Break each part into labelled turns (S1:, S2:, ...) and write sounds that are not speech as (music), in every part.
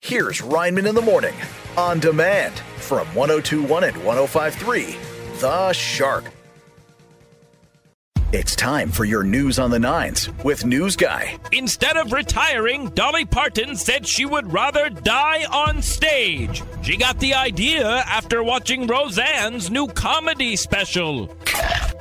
S1: Here's Reinman in the Morning on demand from 1021 and 1053 The Shark. It's time for your news on the nines with News Guy.
S2: Instead of retiring, Dolly Parton said she would rather die on stage. She got the idea after watching Roseanne's new comedy special.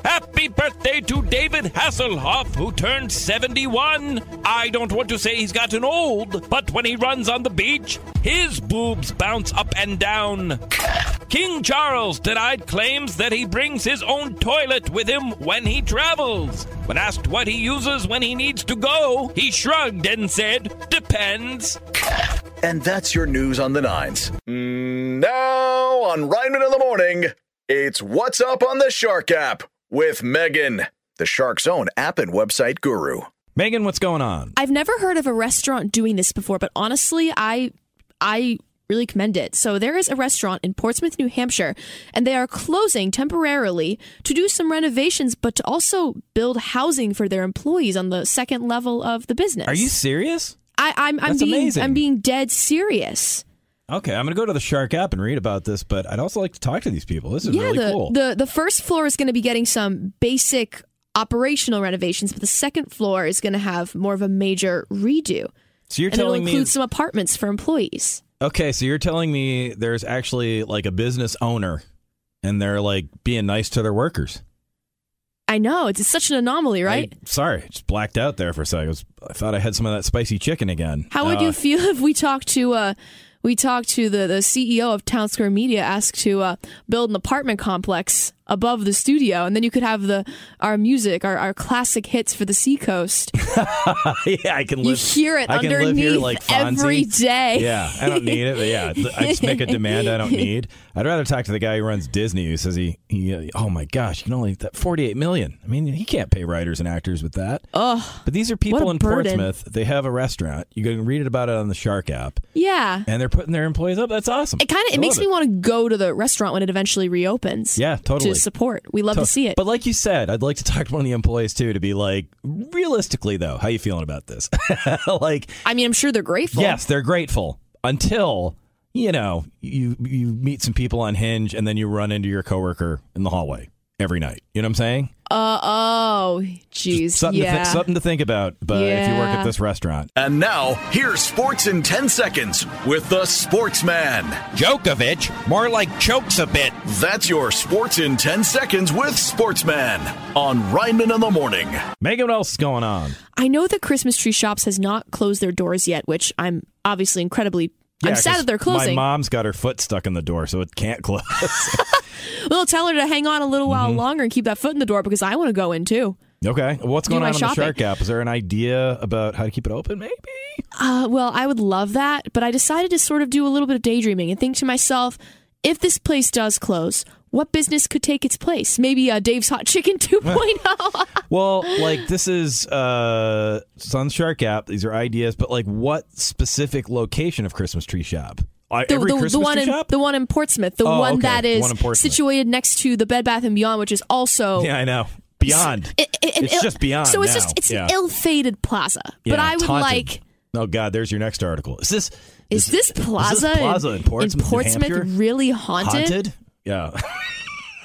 S2: Happy birthday to David Hasselhoff, who turned 71. I don't want to say he's gotten old, but when he runs on the beach, his boobs bounce up and down. King Charles denied claims that he brings his own toilet with him when he travels. When asked what he uses when he needs to go, he shrugged and said, Depends.
S1: And that's your news on the nines. Mm, Now on Reinman in the Morning, it's What's Up on the Shark app with Megan, the Shark's own app and website guru.
S2: Megan, what's going on?
S3: I've never heard of a restaurant doing this before, but honestly, I I really commend it. So there is a restaurant in Portsmouth, New Hampshire, and they are closing temporarily to do some renovations, but to also build housing for their employees on the second level of the business.
S2: Are you serious?
S3: I, I'm I'm
S2: That's
S3: being
S2: amazing.
S3: I'm being dead serious.
S2: Okay, I'm going to go to the Shark app and read about this, but I'd also like to talk to these people. This is
S3: yeah,
S2: really
S3: the,
S2: cool.
S3: the the first floor is going to be getting some basic operational renovations, but the second floor is going to have more of a major redo,
S2: so you're
S3: and it'll
S2: telling
S3: include
S2: me
S3: some apartments for employees.
S2: Okay, so you're telling me there's actually like a business owner and they're like being nice to their workers.
S3: I know it's, it's such an anomaly, right?
S2: I- sorry, just blacked out there for a second. I, was- I thought I had some of that spicy chicken again.
S3: How would
S2: Uh,
S3: you feel (laughs) if we talked to uh, we talked to the, the CEO of Town Square Media, asked to uh, build an apartment complex above the studio, and then you could have the our music, our, our classic hits for the
S2: (laughs)
S3: seacoast.
S2: yeah, I can
S3: You
S2: live.
S3: hear it
S2: I can live here
S3: underneath
S2: like Fonzie.
S3: every day.
S2: Yeah, I don't need it, but yeah, I
S3: (laughs)
S2: just make a demand I don't need. I'd rather talk to the guy who runs Disney who says he, he uh, oh my gosh, you can only that 48 million. I mean, he can't pay writers and actors with that.
S3: Oh,
S2: But these are
S3: What
S2: people
S3: a
S2: in
S3: burden.
S2: Portsmouth. They have a restaurant. You can read it about it on the Shark app.
S3: (laughs) yeah.
S2: and they're putting their employees up. That's awesome.
S3: It kind of
S2: I
S3: it makes
S2: love
S3: me want to go to the restaurant when it eventually reopens.
S2: Yeah, totally.
S3: To support, we love
S2: To-
S3: to see it.
S2: But like you said, I'd like to talk to one of the employees too to be like, realistically though, how you feeling about this? (laughs) like,
S3: I mean, I'm sure they're grateful.
S2: yes, they're grateful until you know you you meet some people on Hinge and then you run into your coworker in the hallway every night. You know what I'm saying?
S3: Uh, oh, jeez.
S2: Something
S3: yeah.
S2: to think, something to think about. But if you work
S3: Yeah.
S2: at this restaurant,
S1: And now, here's Sports in 10 Seconds with the Sportsman.
S4: Djokovic, more like chokes a bit.
S1: That's your Sports in 10 Seconds with Sportsman on Reinman in the Morning.
S2: Megan, what else is going on?
S3: I know that Christmas Tree Shops has not closed their doors yet, which I'm obviously incredibly.
S2: Yeah,
S3: I'm
S2: 'cause
S3: sad that they're closing.
S2: My mom's got her foot stuck in the door, so it can't close. (laughs)
S3: We'll tell her to hang on a little while
S2: Mm-hmm.
S3: longer and keep that foot in the door because I want to go in too.
S2: Okay. What's going
S3: my
S2: on in the
S3: shopping.
S2: Shark app? Is there an idea about how to keep it open, maybe?
S3: Uh, well, I would love that, but I decided to sort of do a little bit of daydreaming and think to myself, if this place does close, what business could take its place? Maybe uh, Dave's Hot Chicken (laughs) oh. 2.0.
S2: Well, like this is uh it's on the Shark app. These are ideas, but like what specific location of Christmas tree shop? I-
S3: the,
S2: (laughs) Every
S3: the,
S2: Christmas
S3: the one
S2: tree
S3: in
S2: shop?
S3: the one in Portsmouth, the
S2: Oh,
S3: one
S2: okay,
S3: that
S2: the
S3: is
S2: one in Portsmouth.
S3: situated next to the Bed Bath and Beyond, which is also
S2: yeah, I know. Beyond.
S3: It- it- an
S2: It's just beyond
S3: So it's
S2: now.
S3: just it's
S2: Yeah.
S3: an ill-fated plaza.
S2: Yeah,
S3: but I would
S2: Taunton.
S3: like.
S2: Oh God, there's your next article. Is this
S3: Is this plaza,
S2: plaza in Portsmouth, New
S3: Portsmouth
S2: Hampshire?
S3: really haunted?
S2: haunted? Yeah. (laughs)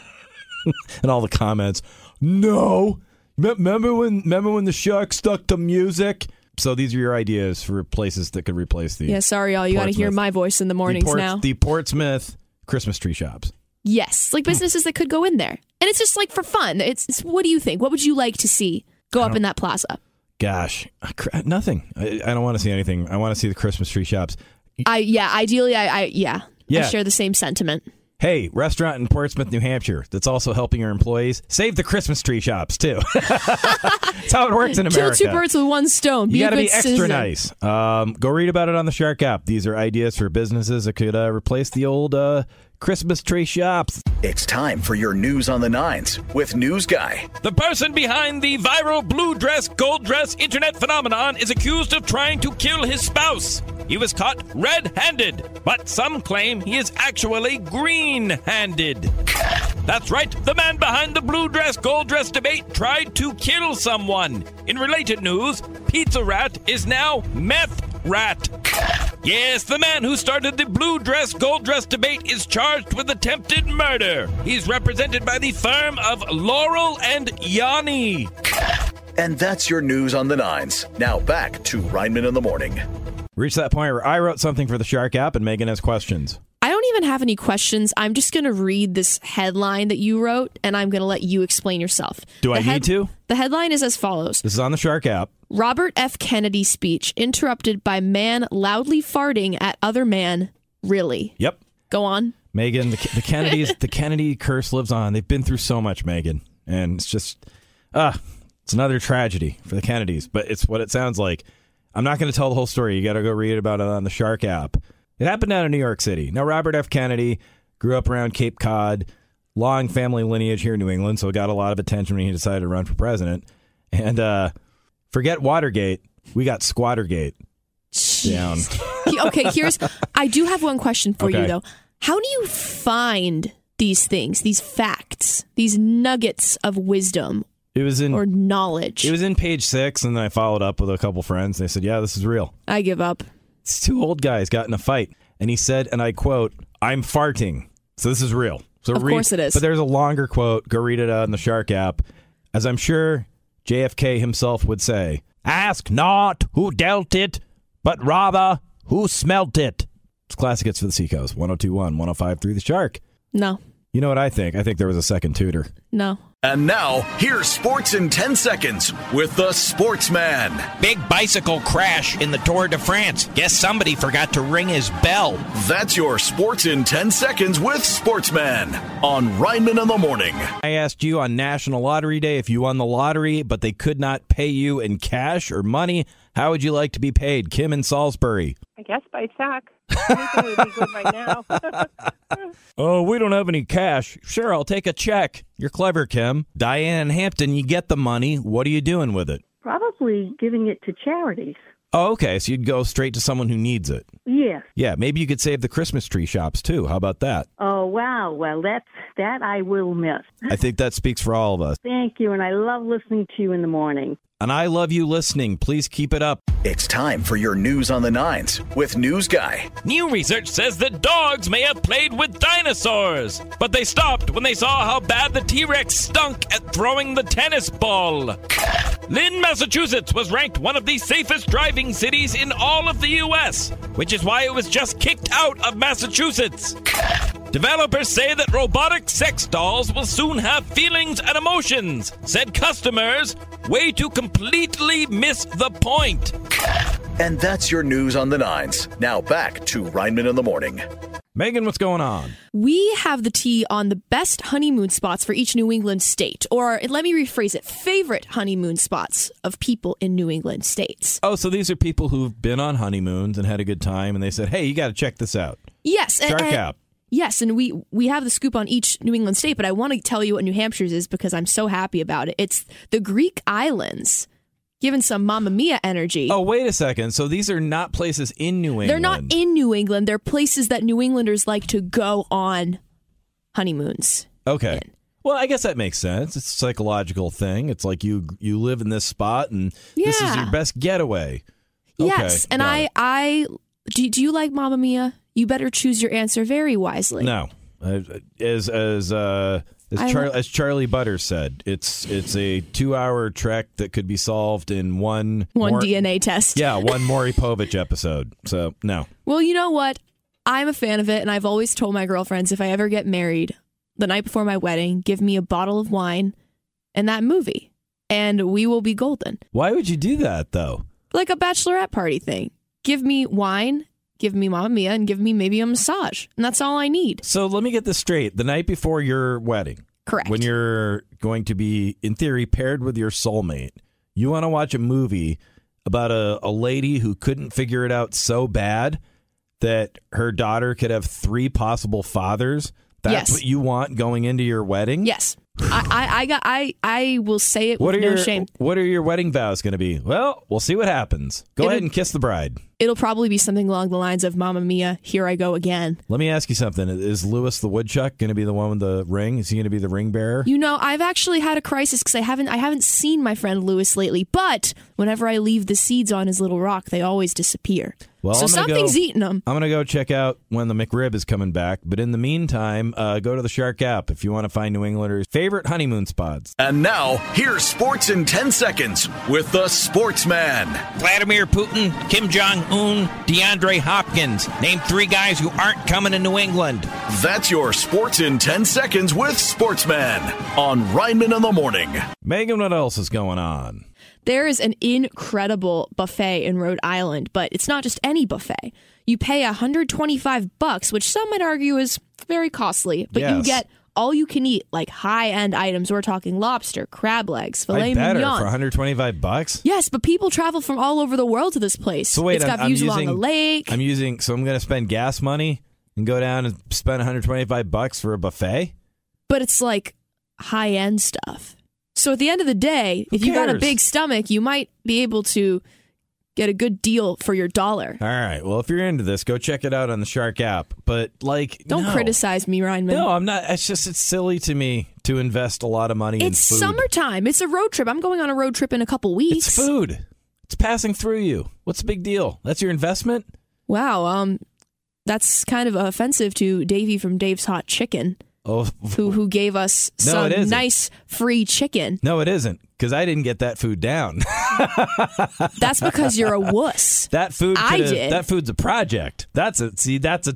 S2: and all the comments. No. Me- Remember when remember when the shark stuck to music? So these are your ideas for places that could replace the
S3: Yeah, sorry, y'all. You got to hear
S2: Portsmouth.
S3: my voice in the mornings
S2: the Ports-
S3: now.
S2: The Portsmouth Christmas tree shops.
S3: yes, like businesses that could go in there, and it's just like for fun. It's, it's what do you think? What would you like to see go up in that plaza?
S2: Gosh, I cr- uh, nothing. I, I don't want to see anything. I want to see the Christmas tree shops.
S3: I yeah, ideally, I, I yeah,
S2: Yeah.
S3: I share the same sentiment.
S2: Hey, restaurant in Portsmouth, New Hampshire, that's also helping your employees save the Christmas tree shops too. (laughs) that's how it works in
S3: Kill
S2: America.
S3: two birds with one stone.
S2: you
S3: be a
S2: got to
S3: good
S2: be extra
S3: citizen.
S2: nice. Um, go read about it on the Shark app. These are ideas for businesses that could uh, replace the old uh, Christmas tree shops.
S1: It's time for your news on the nines with News Guy.
S5: The person behind the viral blue dress, gold dress internet phenomenon is accused of trying to kill his spouse. He was caught red handed, but some claim he is actually green handed. That's right, the man behind the blue dress, gold dress debate tried to kill someone. In related news, Pizza Rat is now Meth Rat. Yes, the man who started the blue dress, gold dress debate is charged with attempted murder. He's represented by the firm of Laurel and Yanni.
S1: And that's your news on the nines. Now back to Reinman in the morning.
S2: Reached that point where I wrote something for the Shark app and Megan has questions.
S3: I don't even have any questions. I'm just going to read this headline that you wrote and I'm going to let you explain yourself.
S2: Do I
S3: The head-
S2: need to?
S3: The headline is as follows
S2: This is on the Shark app.
S3: Robert F. Kennedy speech interrupted by man loudly farting at other man. Really?
S2: Yep.
S3: Go on.
S2: Megan, the, the Kennedys, the Kennedy curse lives on. They've been through so much, Megan, and it's just, ah, it's another tragedy for the Kennedys. But it's what it sounds like. I'm not going to tell the whole story. You got to go read about it on the Shark app. It happened down in New York City. Now, Robert F. Kennedy grew up around Cape Cod, long family lineage here in New England, so got a lot of attention when he decided to run for president. And uh, forget Watergate, we got Squattergate down.
S3: He- okay, here's I do have one question for you
S2: Okay.
S3: though. How do you find these things, these facts, these nuggets of wisdom
S2: It was in
S3: or knowledge?
S2: It was in page six, and then I followed up with a couple friends. And they said, "Yeah, this is real."
S3: I give up.
S2: It's two old guys got in a fight, and he said, and I quote, "I'm farting," so this is real. So
S3: Of
S2: read-
S3: course it is.
S2: But there's a longer quote. Go read it on the Shark app, as I'm sure JFK himself would say, "Ask not who dealt it, but rather who smelt it." It's classic. It's for the oh Seacoast. 1021, 105 through the Shark.
S3: No.
S2: You know what I think? I think there was a second tutor.
S3: No.
S1: And now, here's sports in 10 seconds with the Sportsman.
S6: Big bicycle crash in the Tour de France. Guess somebody forgot to ring his bell.
S1: That's your sports in 10 seconds with Sportsman on Reinman in the morning.
S2: I asked you on National Lottery Day if you won the lottery, but they could not pay you in cash or money. How would you like to be paid? Kim in Salisbury.
S7: I guess by check. Anything would be good right now.
S2: (laughs)
S7: (laughs)
S2: Oh, we don't have any cash. Sure, I'll take a check. You're clever, Kim. Diane in Hampton, you get the money. What are you doing with it?
S7: Probably giving it to charities.
S2: Oh, okay. So you'd go straight to someone who needs it.
S7: Yes.
S2: Yeah, maybe you could save the Christmas tree shops too. How about
S7: (laughs)
S2: that?
S7: Oh wow. Well, that's that I will miss.
S2: I think that speaks for all of us.
S7: Thank you, and I love listening to you in the morning.
S2: And I love you listening. Please keep it up.
S1: It's time for your news on the nines with News Guy.
S5: New research says that dogs may have played with dinosaurs, but they stopped when they saw how bad the T Rex stunk at throwing the tennis ball. Lynn, Massachusetts was ranked one of the safest driving cities in all of the US, which is why it was just kicked out of Massachusetts. Developers say that robotic sex dolls will soon have feelings and emotions, said customers. Way to completely miss the point.
S1: And that's your news on the nines. Now back to Reinman in the morning.
S2: Megan, what's going on?
S3: We have the tea on the best honeymoon spots for each New England state, or let me rephrase it favorite honeymoon spots of people in New England states.
S2: Oh, so these are people who've been on honeymoons and had a good time, and they said, "Hey, you got to check this out."
S3: Yes. and-
S2: Shark
S3: and-
S2: app.
S3: Yes, and we we have the scoop on each New England state, but I want to tell you what New Hampshire's is because I'm so happy about it. It's the Greek islands, given some Mamma Mia energy.
S2: Oh, wait a second. So these are not places in New England.
S3: they're not in New England; they're places that New Englanders like to go on honeymoons.
S2: Okay. Well, I guess that makes sense. It's a psychological thing. It's like you you live in this spot, and this is
S3: Yeah.
S2: your best getaway.
S3: yes,
S2: Okay,
S3: and
S2: got
S3: I
S2: it.
S3: I do, do you like Mamma Mia? You better choose your answer very wisely.
S2: No, Uh, as as uh,
S3: I
S2: as, Char-
S3: lo-
S2: as Charlie Butter said, it's it's a two hour trek that could be solved in one
S3: One
S2: Mor-
S3: DNA test.
S2: Yeah, one Maury Povich episode. So no.
S3: Well, you know what? I'm a fan of it, and I've always told my girlfriends if I ever get married, the night before my wedding, give me a bottle of wine and that movie, and we will be golden.
S2: Why would you do that though?
S3: Like a bachelorette party thing. Give me wine, give me Mamma Mia, and give me maybe a massage, and that's all I need.
S2: So let me get this straight. The night before your wedding,
S3: Correct.
S2: when you're going to be, in theory, paired with your soulmate, you want to watch a movie about a, a lady who couldn't figure it out so bad that her daughter could have three possible fathers. That's
S3: Yes.
S2: what you want going into your wedding?
S3: yes, I, I, I got, I, I will say it
S2: What are
S3: with no
S2: your
S3: shame.
S2: What are your wedding vows going to be? Well, we'll see what happens. Go
S3: It'll-
S2: ahead and kiss the bride.
S3: It'll probably be something along the lines of Mamma Mia, here I go again.
S2: Let me ask you something. Is Lewis the woodchuck going to be the one with the ring? Is he going to be the ring bearer?
S3: You know, I've actually had a crisis because I haven't I haven't seen my friend Lewis lately. But whenever I leave the seeds on his little rock, they always disappear.
S2: Well,
S3: so
S2: I'm gonna
S3: something's
S2: go,
S3: eating them.
S2: I'm gonna go check out when the McRib is coming back. But in the meantime, uh, go to the Shark app if you want to find New Englanders' favorite honeymoon spots.
S1: And now, here's sports in 10 seconds with the Sportsman.
S6: Vladimir Putin, Kim Jong Un, DeAndre Hopkins. Name three guys who aren't coming to New England.
S1: That's your sports in 10 seconds with Sportsman on Rhineman in the Morning.
S2: Megan, what else is going on?
S3: There is an incredible buffet in Rhode Island, but it's not just any buffet. You pay 125 bucks, which some might argue is very costly, but you
S2: Yes.
S3: get all you can eat, like high end items. We're talking lobster, crab legs, filet
S2: I better
S3: mignon.
S2: for 125 bucks.
S3: yes, but people travel from all over the world to this place.
S2: So wait,
S3: it's got
S2: I'm, I'm
S3: views
S2: using,
S3: along a lake.
S2: I'm using. So I'm gonna spend gas money and go down and spend 125 bucks for a buffet.
S3: but it's like high end stuff. So at the end of the day,
S2: Who
S3: if you got a
S2: cares?
S3: big stomach, you might be able to get a good deal for your dollar.
S2: All right. Well, if you're into this, go check it out on the Shark app. But like,
S3: Don't
S2: no.
S3: criticize me, Reinman.
S2: No, I'm not. It's just it's silly to me to invest a lot of money
S3: It's
S2: in food.
S3: summertime. It's a road trip. I'm going on a road trip in a couple weeks.
S2: It's food. It's passing through you. What's the big deal? That's your investment.
S3: Wow. Um, that's kind of offensive to Davey from Dave's Hot Chicken,
S2: Oh (laughs)
S3: who who gave us
S2: No,
S3: some
S2: it isn't.
S3: nice free chicken.
S2: no, it isn't because I didn't get that food down. (laughs)
S3: That's because you're a wuss.
S2: that food.
S3: I
S2: could've-
S3: did.
S2: That food's a project. That's a see. That's a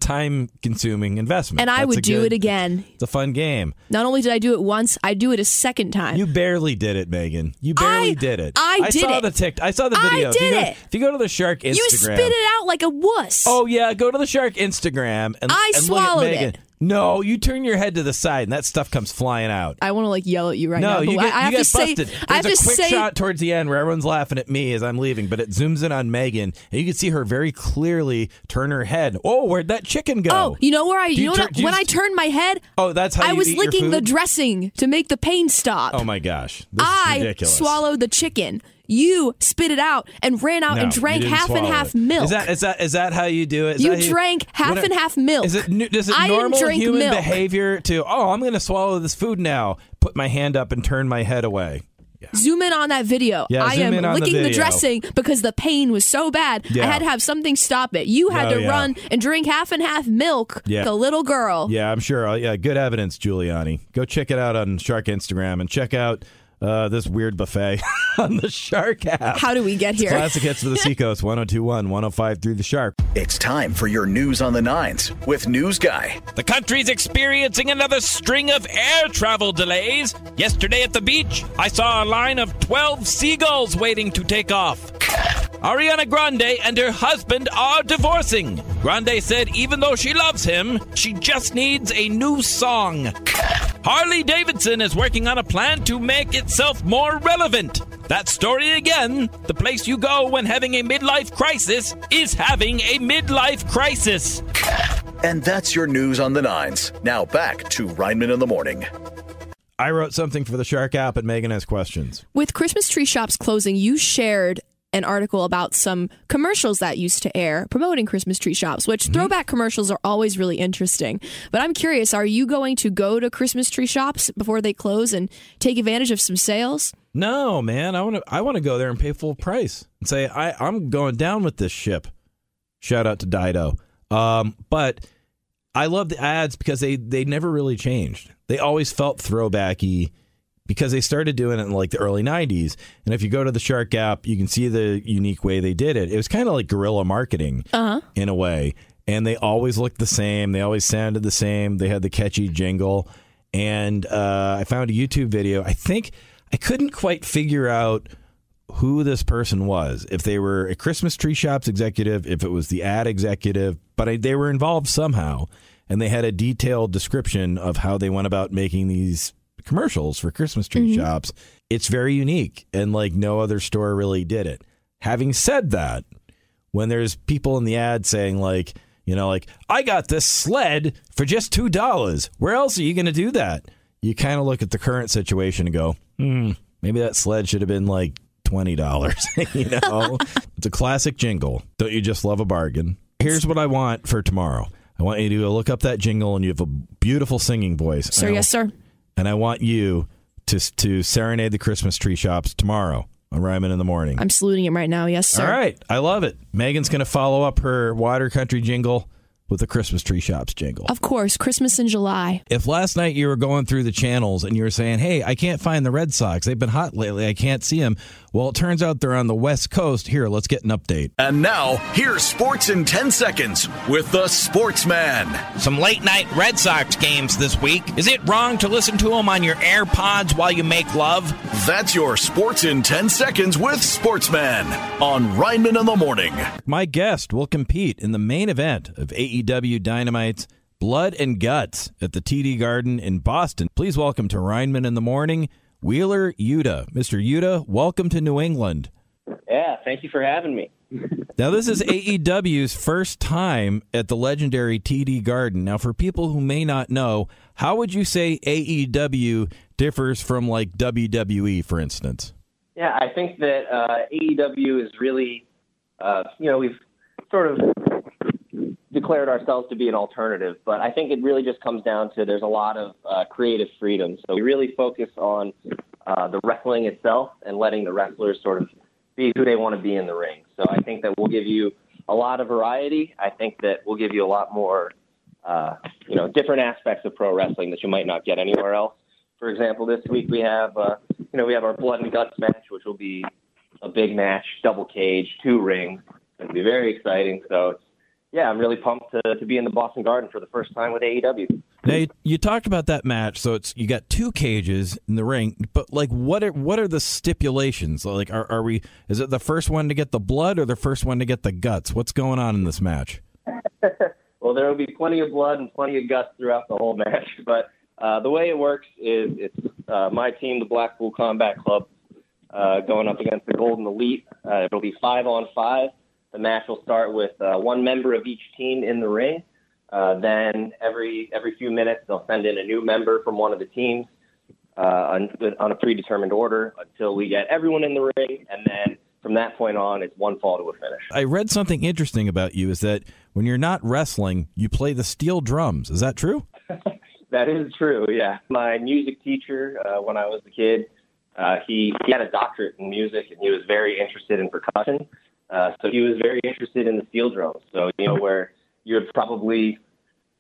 S2: time-consuming investment.
S3: And I
S2: That's a
S3: would do it
S2: good-
S3: again.
S2: It's a fun game.
S3: Not only did I do it once, I do it a second time.
S2: You barely did it, Megan. You barely
S3: I-
S2: did it.
S3: I did
S2: saw
S3: it.
S2: the tick. I saw the
S3: I
S2: video. if, you
S3: did
S2: go,
S3: it.
S2: if you go to the shark Instagram,
S3: You spit it out like a wuss.
S2: Oh yeah, go to the shark Instagram and
S3: I
S2: and
S3: swallowed
S2: look at Megan.
S3: it.
S2: No, you turn your head to the side and that stuff comes flying out.
S3: I want to like yell at you right
S2: no,
S3: now. but
S2: you get,
S3: I, I
S2: you
S3: have
S2: get
S3: to say,
S2: busted. There's
S3: I have
S2: a
S3: to
S2: quick
S3: say,
S2: shot towards the end where everyone's laughing at me as I'm leaving, but it zooms in on Megan and you can see her very clearly turn her head. Oh, where'd that chicken go?
S3: oh, you know where I,
S2: Do
S3: you know
S2: tur-
S3: what,
S2: do you
S3: when I
S2: s-
S3: turned my head,
S2: Oh, that's how
S3: I
S2: you
S3: was
S2: eat your
S3: licking the
S2: food?
S3: dressing to make the pain stop.
S2: Oh my gosh, this
S3: I
S2: is ridiculous.
S3: swallowed the chicken. You spit it out and ran out
S2: No,
S3: and
S2: you
S3: drank
S2: didn't
S3: half and
S2: swallow
S3: half
S2: it.
S3: milk.
S2: Is that is that is that how you do it? Is
S3: You
S2: that how
S3: drank half
S2: What-
S3: and half milk.
S2: Is it nu- is it
S3: I didn't
S2: normal
S3: drink
S2: human
S3: milk.
S2: behavior to oh I'm going to swallow this food now? Put my hand up and turn my head away.
S3: zoom in on that video.
S2: Yeah,
S3: I
S2: zoom
S3: am
S2: in on the
S3: licking the,
S2: video.
S3: dressing because the pain was so bad. I
S2: Yeah.
S3: had to have something stop it. You had
S2: No,
S3: to
S2: yeah.
S3: run and drink half and half milk.
S2: Yeah.
S3: The little girl.
S2: Yeah, I'm sure. Oh, yeah, good evidence, Giuliani. Go check it out on Shark Instagram and check out uh, this weird buffet (laughs) on the Shark app.
S3: How do we get here?
S2: Classic hits
S3: (laughs)
S2: for the Seacoast 1021, 105 through the Shark.
S1: It's time for your news on the nines with News Guy.
S5: The country's experiencing another string of air travel delays. Yesterday at the beach, I saw a line of 12 seagulls waiting to take off. Ariana Grande and her husband are divorcing. Grande said even though she loves him, she just needs a new song. Harley Davidson is working on a plan to make itself more relevant. That story again. The place you go when having a midlife crisis is having a midlife crisis.
S1: And that's your news on the nines. Now back to Rhineman in the Morning.
S2: I wrote something for the Shark app, and Megan has questions.
S3: With Christmas tree shops closing, you shared an article about some commercials that used to air promoting Christmas tree shops, which
S2: Mm-hmm.
S3: throwback commercials are always really interesting. But I'm curious, are you going to go to Christmas tree shops before they close and take advantage of some sales?
S2: No, man, I want to. I want to go there and pay full price and say I, I'm going down with this ship. Shout out to Dido. Um, but I love the ads because they they never really changed. They always felt throwbacky because they started doing it in like the early 90s. And if you go to the Shark Gap, you can see the unique way they did it. It was kind of like guerrilla marketing in a way. And they always looked the same. They always sounded the same. They had the catchy jingle. And uh, I found a YouTube video. I think I couldn't quite figure out who this person was, if they were a Christmas tree shop's executive, if it was the ad executive, but I, they were involved somehow. And they had a detailed description of how they went about making these commercials for Christmas tree shops. It's very unique and like no other store really did it. Having said that, when there's people in the ad saying like, you know, like I got this sled for just two dollars. Where else are you going to do that? You kind of look at the current situation and go, hmm, maybe that sled should have been like twenty dollars. (laughs) you know, it's a classic jingle. Don't you just love a bargain? Here's what I want for tomorrow. I want you to go look up that jingle, and you have a beautiful singing voice.
S3: Sir,
S2: And I
S3: yes, sir.
S2: and I want you to to serenade the Christmas tree shops tomorrow. on Ryman in the morning.
S3: I'm saluting him right now. Yes, sir.
S2: All right, I love it. Megan's going to follow up her water country jingle with the Christmas tree shops jingle.
S3: Of course, Christmas in July.
S2: If last night you were going through the channels and you were saying, "Hey, I can't find the Red Sox. They've been hot lately. I can't see them." Well, it turns out they're on the West Coast. Here, let's get an update.
S1: And now, here's sports in 10 seconds with the sportsman.
S6: Some late night Red Sox games this week. Is it wrong to listen to them on your AirPods while you make love?
S1: That's your sports in 10 seconds with sportsman on Rhineman in the morning.
S2: My guest will compete in the main event of AEW Dynamite's Blood and Guts at the TD Garden in Boston. Please welcome to Rhineman in the morning, Wheeler Yuta. Mr. Yuta, welcome to New England.
S8: Yeah, thank you for having me.
S2: Now, this is AEW's first time at the legendary TD Garden. Now, for people who may not know, how would you say AEW differs from like WWE, for instance?
S8: Yeah, I think that uh, AEW is really, uh, you know, we've sort of declared ourselves to be an alternative, but I think it really just comes down to there's a lot of uh, creative freedom. So we really focus on uh, the wrestling itself and letting the wrestlers sort of be who they want to be in the ring. So I think that we'll give you a lot of variety. I think that we'll give you a lot more, uh, you know, different aspects of pro wrestling that you might not get anywhere else. For example, this week we have, uh, you know, we have our blood and guts match, which will be a big match, double cage, two rings. It'll be very exciting. So it's yeah, I'm really pumped to, to be in the Boston Garden for the first time with E AEW.
S2: Now, you, you talked about that match, so it's you got two cages in the ring, but like, what are what are the stipulations? Like, are, are we? Is it the first one to get the blood or the first one to get the guts? What's going on in this match?
S8: Well, there will be plenty of blood and plenty of guts throughout the whole match. (laughs) But uh, the way it works is it's uh, my team, the Blackpool Combat Club, uh, going up against the Golden Elite. Uh, it'll be five on five. The match will start with uh, one member of each team in the ring. Uh, then every every few minutes they'll send in a new member from one of the teams uh, on, on a predetermined order until we get everyone in the ring, and then from that point on it's one fall to a finish.
S2: I read something interesting about you is that when you're not wrestling, you play the steel drums. Is that true?
S8: That is true. Yeah, my music teacher uh, when I was a kid, uh, he he had a doctorate in music and he was very interested in percussion. Uh, so he was very interested in the steel drums. So you know where you would probably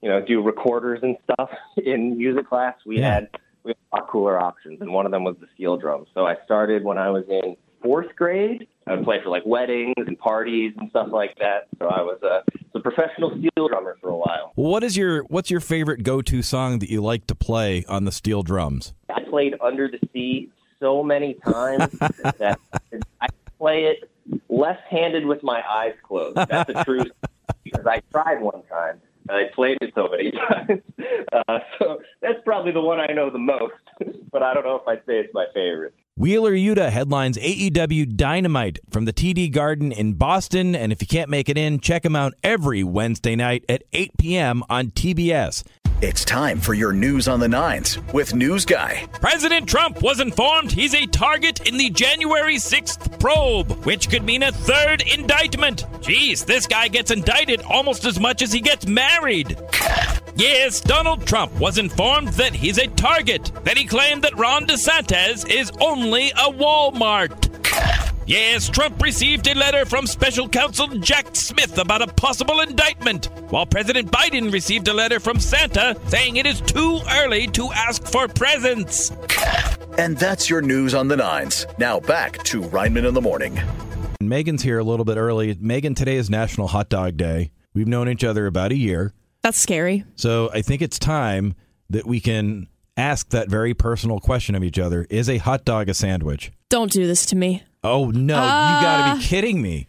S8: you know do recorders and stuff (laughs) in music class. We
S2: Yeah.
S8: had we had a lot cooler options, and one of them was the steel drum. So I started when I was in fourth grade. I would play for like weddings and parties and stuff like that. So I was a, was a professional steel drummer for a while.
S2: Well, what is your what's your favorite go to song that you like to play on the steel drums?
S8: I played Under the Sea so many times that I play it left-handed with my eyes closed. That's a true because I tried one time and I played it so many (laughs) times. Uh, so that's probably the one I know the most, (laughs) but I don't know if I'd say it's my favorite.
S2: Wheeler Yuta headlines AEW Dynamite from the TD Garden in Boston. And if you can't make it in, check him out every Wednesday night at 8 p.m. on TBS.
S1: It's time for your news on the nines with News Guy.
S5: President Trump was informed he's a target in the January 6th probe, which could mean a third indictment. Jeez, this guy gets indicted almost as much as he gets married. Yes, Donald Trump was informed that he's a target. Then he claimed that Ron DeSantis is only a Walmart. Yes, Trump received a letter from special counsel Jack Smith about a possible indictment, while President Biden received a letter from Santa saying it is too early to ask for presents.
S1: And that's your news on the nines. Now back to Rhineman in the morning.
S2: And Megan's here a little bit early. Megan, today is National Hot Dog Day. We've known each other about a year.
S3: That's scary.
S2: So I think it's time that we can ask that very personal question of each other Is a hot dog a sandwich?
S3: Don't do this to me.
S2: Oh, no. you got to
S3: Ah.
S2: be kidding me.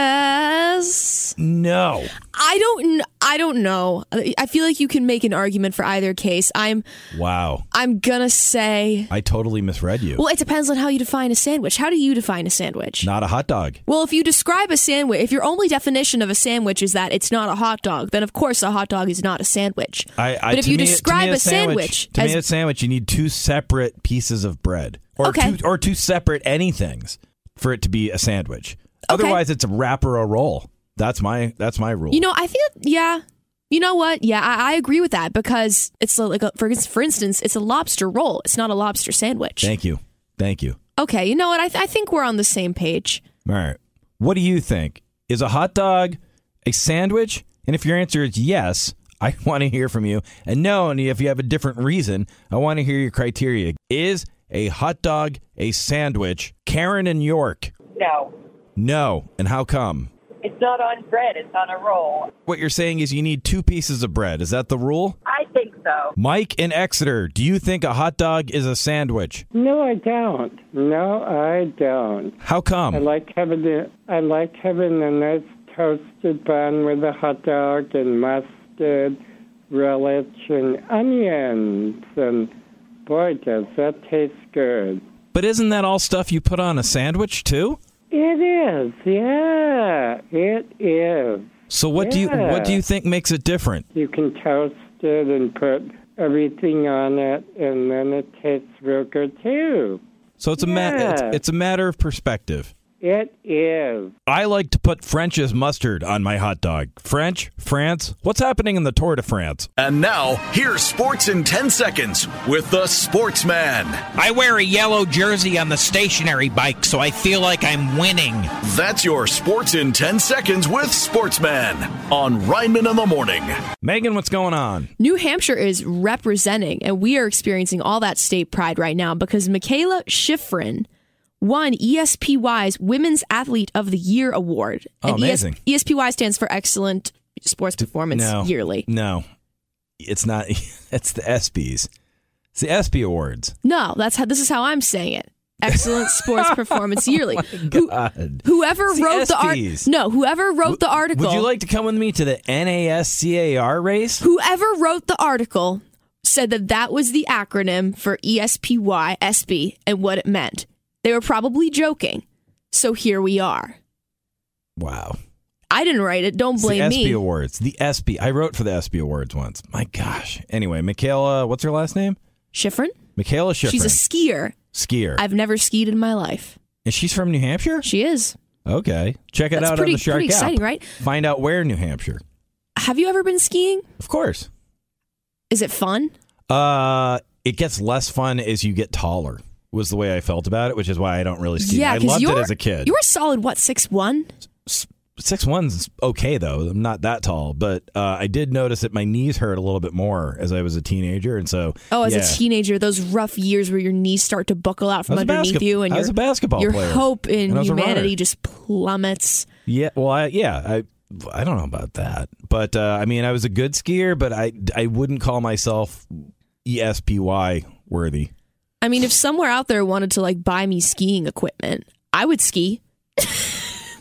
S3: Yes.
S2: No.
S3: I don't. kn- I don't know. I feel like you can make an argument for either case. I'm.
S2: Wow.
S3: I'm gonna say.
S2: I totally misread you.
S3: Well, it depends on how you define a sandwich. How do you define a sandwich?
S2: Not a hot dog.
S3: Well, if you describe a sandwich, if your only definition of a sandwich is that it's not a hot dog, then of course a hot dog is not a sandwich.
S2: I, I,
S3: but if
S2: to
S3: you
S2: me- to me
S3: describe a sandwich,
S2: to
S3: as
S2: me a sandwich, you need two separate pieces of bread, or
S3: Okay.
S2: two, or two separate anythings for it to be a sandwich.
S3: Okay.
S2: Otherwise, it's a wrap or a roll. That's my that's my rule.
S3: you know, I feel yeah. You know what? Yeah, I, I agree with that uh, because it's like a, for for instance, it's a lobster roll. It's not a lobster sandwich.
S2: Thank you, thank you.
S3: Okay, you know what? I, th- I think we're on the same page.
S2: All right. What do you think? Is a hot dog a sandwich? And if your answer is yes, I (laughs) want to hear from you. And no, and if you have a different reason, I want to hear your criteria. Is a hot dog a sandwich? Karen in York.
S9: No,
S2: No. And how come?
S9: it's not on bread. It's on a roll.
S2: What you're saying is you need two pieces of bread. Is that the rule?
S9: I think so.
S2: Mike in Exeter, do you think a hot dog is a sandwich?
S10: No, I don't. No, I don't.
S2: How
S10: I
S2: come?
S10: like having a, I like having a nice toasted bun with a hot dog and mustard, relish, and onions. And boy, does that taste good!
S2: But isn't that all stuff you put on a sandwich too?
S10: It is, yeah, it is.
S2: So what do you what do
S10: Yeah.
S2: you think makes it different?
S10: You can toast it and put everything on it, and then it tastes real good too.
S2: So it's a ma- it's,
S10: Yeah.
S2: it's a matter of perspective.
S10: It is.
S2: I like to put French's mustard on my hot dog. French, France. What's happening in the Tour de France?
S1: And now, here's sports in 10 seconds with the Sportsman.
S6: I wear a yellow jersey on the stationary bike, so I feel like I'm winning.
S1: That's your sports in 10 seconds with Sportsman on Reinman in the Morning.
S2: Megan, what's going on?
S3: New Hampshire is representing, and we are experiencing all that state pride right now because Michaela Schifrin won E ESPY's Women's Athlete of the Year award.
S2: Oh,
S3: And E ES-
S2: amazing.
S3: ESPY stands for Excellent Sports Performance
S2: no.
S3: Yearly.
S2: No, it's not. (laughs) It's the ESPYS. It's the ESPY Awards.
S3: No, that's how. This is how I'm saying it. Excellent
S2: (laughs)
S3: Sports Performance Yearly. Who-
S2: Oh God.
S3: whoever
S2: It's the
S3: wrote the
S2: ESPYs.
S3: article? No, whoever wrote the article.
S2: Would you like to come with me to the NASCAR race?
S3: whoever wrote the article said that that was the acronym for E ESPY SB and what it meant. They were probably joking. So here we are.
S2: Wow.
S3: I didn't write it. Don't
S2: It's the
S3: blame
S2: ESPY
S3: me.
S2: Awards. The ESPY. I wrote for the ESPY Awards once. My gosh. Anyway, Michaela, what's her last name?
S3: Schifrin?
S2: Michaela Schifrin.
S3: She's a skier.
S2: skier.
S3: I've never skied in my life.
S2: and she's from New Hampshire?
S3: She is.
S2: Okay. Check it
S3: That's
S2: out
S3: pretty-
S2: on the Shark
S3: pretty
S2: app.
S3: exciting, right?
S2: Find out where in New Hampshire.
S3: Have you ever been skiing?
S2: Of course.
S3: Is it fun?
S2: Uh, it gets less fun as you get taller. Was the way I felt about it, which is why I don't really ski.
S3: yeah,
S2: I
S3: because
S2: loved
S3: you're
S2: it as a kid.
S3: You were solid. What six one?
S2: Six one's okay though. I'm not that tall, but uh, I did notice that my knees hurt a little bit more as I was a teenager, and so
S3: Oh, as
S2: yeah.
S3: a teenager, those rough years where your knees start to buckle out
S2: I
S3: from
S2: was a
S3: underneath
S2: basket-
S3: you, and
S2: I
S3: your
S2: was a basketball
S3: your
S2: player.
S3: hope in
S2: And I was a
S3: humanity
S2: runner.
S3: just plummets.
S2: Yeah, well, I, yeah, I, I don't know about that, but uh, I mean, I was a good skier, but I, I wouldn't call myself E ESPY worthy.
S3: I mean, if somewhere out there wanted to like buy me skiing equipment, I would ski. (laughs)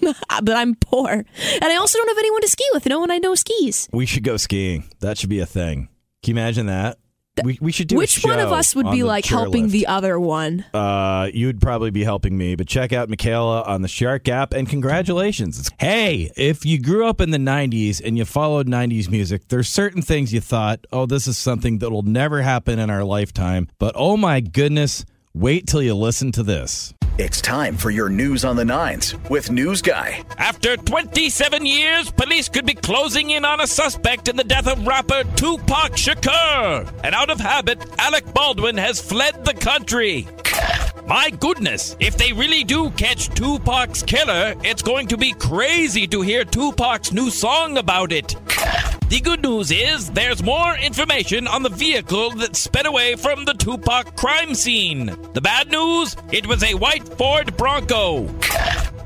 S3: but I'm poor. And I also don't have anyone to ski with. No one I know skis.
S2: We should go skiing. That should be a thing. Can you imagine that? We, we should do. a
S3: Which one of
S2: show
S3: us would
S2: on
S3: be
S2: the
S3: like helping
S2: chairlift.
S3: the other one?
S2: Uh, you'd probably be helping me, but check out Michaela on the Shark app and congratulations. It's- Hey, if you grew up in the 90s and you followed 90s music, there's certain things you thought, oh, this is something that'll never happen in our lifetime, but oh my goodness, wait till you listen to this.
S1: It's time for your news on the nines with News Guy.
S5: After 27 years, police could be closing in on a suspect in the death of rapper Tupac Shakur. And out of habit, Alec Baldwin has fled the country. My goodness, if they really do catch Tupac's killer, it's going to be crazy to hear Tupac's new song about it. The good news is there's more information on the vehicle that sped away from the Tupac crime scene. The bad news? It was a white Ford Bronco.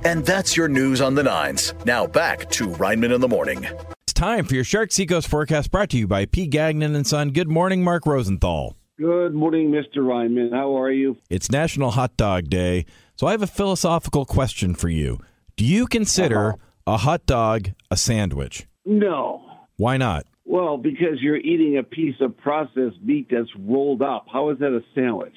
S1: And that's your news on the nines. Now back to Reinman in the Morning.
S2: It's time for your Shark Seacoast forecast brought to you by P. Gagnon and Son. Good morning, Mark Rosenthal.
S11: Good morning, Mr. Reinman. How are you?
S2: It's National Hot Dog Day, so I have a philosophical question for you. Do you consider a hot dog a sandwich?
S11: No.
S2: Why not?
S11: Well, because you're eating a piece of processed meat that's rolled up. How is that a sandwich?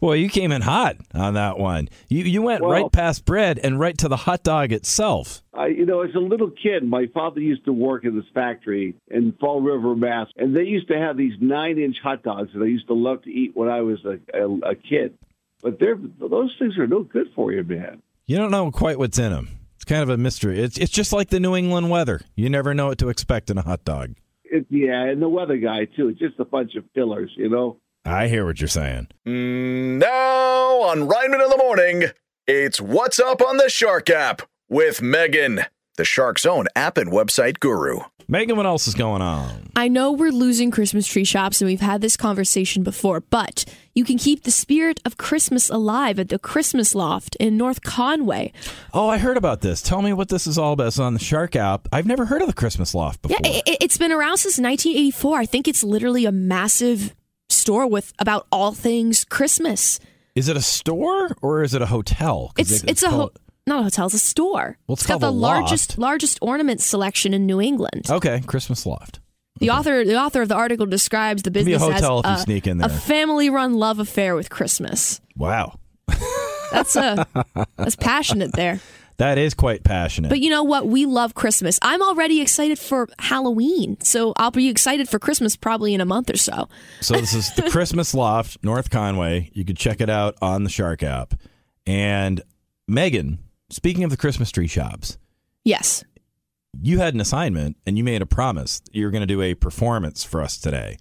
S2: Well, you came in hot on that one. You you went
S11: Well-
S2: right past bread and right to the hot dog itself.
S11: I, you know, as a little kid, my father used to work in this factory in Fall River, Mass, and they used to have these nine-inch hot dogs that I used to love to eat when I was a, a, a kid. But they're, those things are no good for you, man.
S2: You don't know quite what's in them. It's kind of a mystery. It's it's just like the New England weather. You never know what to expect in a hot dog.
S11: It, yeah, and the weather guy too. It's just a bunch of fillers, you know.
S2: I hear what you're saying.
S1: Now on Rhineman in the Morning, it's What's Up on the Shark app with Megan, the Shark's own app and website guru.
S2: Megan, what else is going on?
S3: I know we're losing Christmas tree shops and we've had this conversation before, but you can keep the spirit of Christmas alive at the Christmas Loft in North Conway.
S2: Oh, I heard about this. Tell me what this is all about. It's on the Shark app. I've never heard of the Christmas Loft before.
S3: Yeah, it, has been around since 1984. I think it's literally a massive store with about all things Christmas.
S2: Is it a store or is it a hotel? 'Cause
S3: It's it's,
S2: they-
S3: a
S2: called-
S3: ho- not a hotel, it's a store.
S2: Well, it's
S3: got
S2: called
S3: the
S2: a
S3: largest
S2: loft. Oh,
S3: largest ornament selection in New England.
S2: Okay, Christmas Loft.
S3: The author the author of the article describes the
S2: Could be a
S3: business
S2: hotel if you
S3: as a,
S2: sneak in
S3: a
S2: there.
S3: family-run love affair with Christmas.
S2: Wow,
S3: That's
S2: (laughs)
S3: a that's passionate there.
S2: that is quite passionate.
S3: But you know what? We love Christmas. I'm already excited for Halloween, so I'll be excited for Christmas probably in a month or so.
S2: So this is
S3: (laughs)
S2: the Christmas Loft, North Conway. You could check it out on the Shark app. And Megan, speaking of the Christmas tree shops,
S3: Yes.
S2: you had an assignment and you made a promise that you're going to do a performance for us today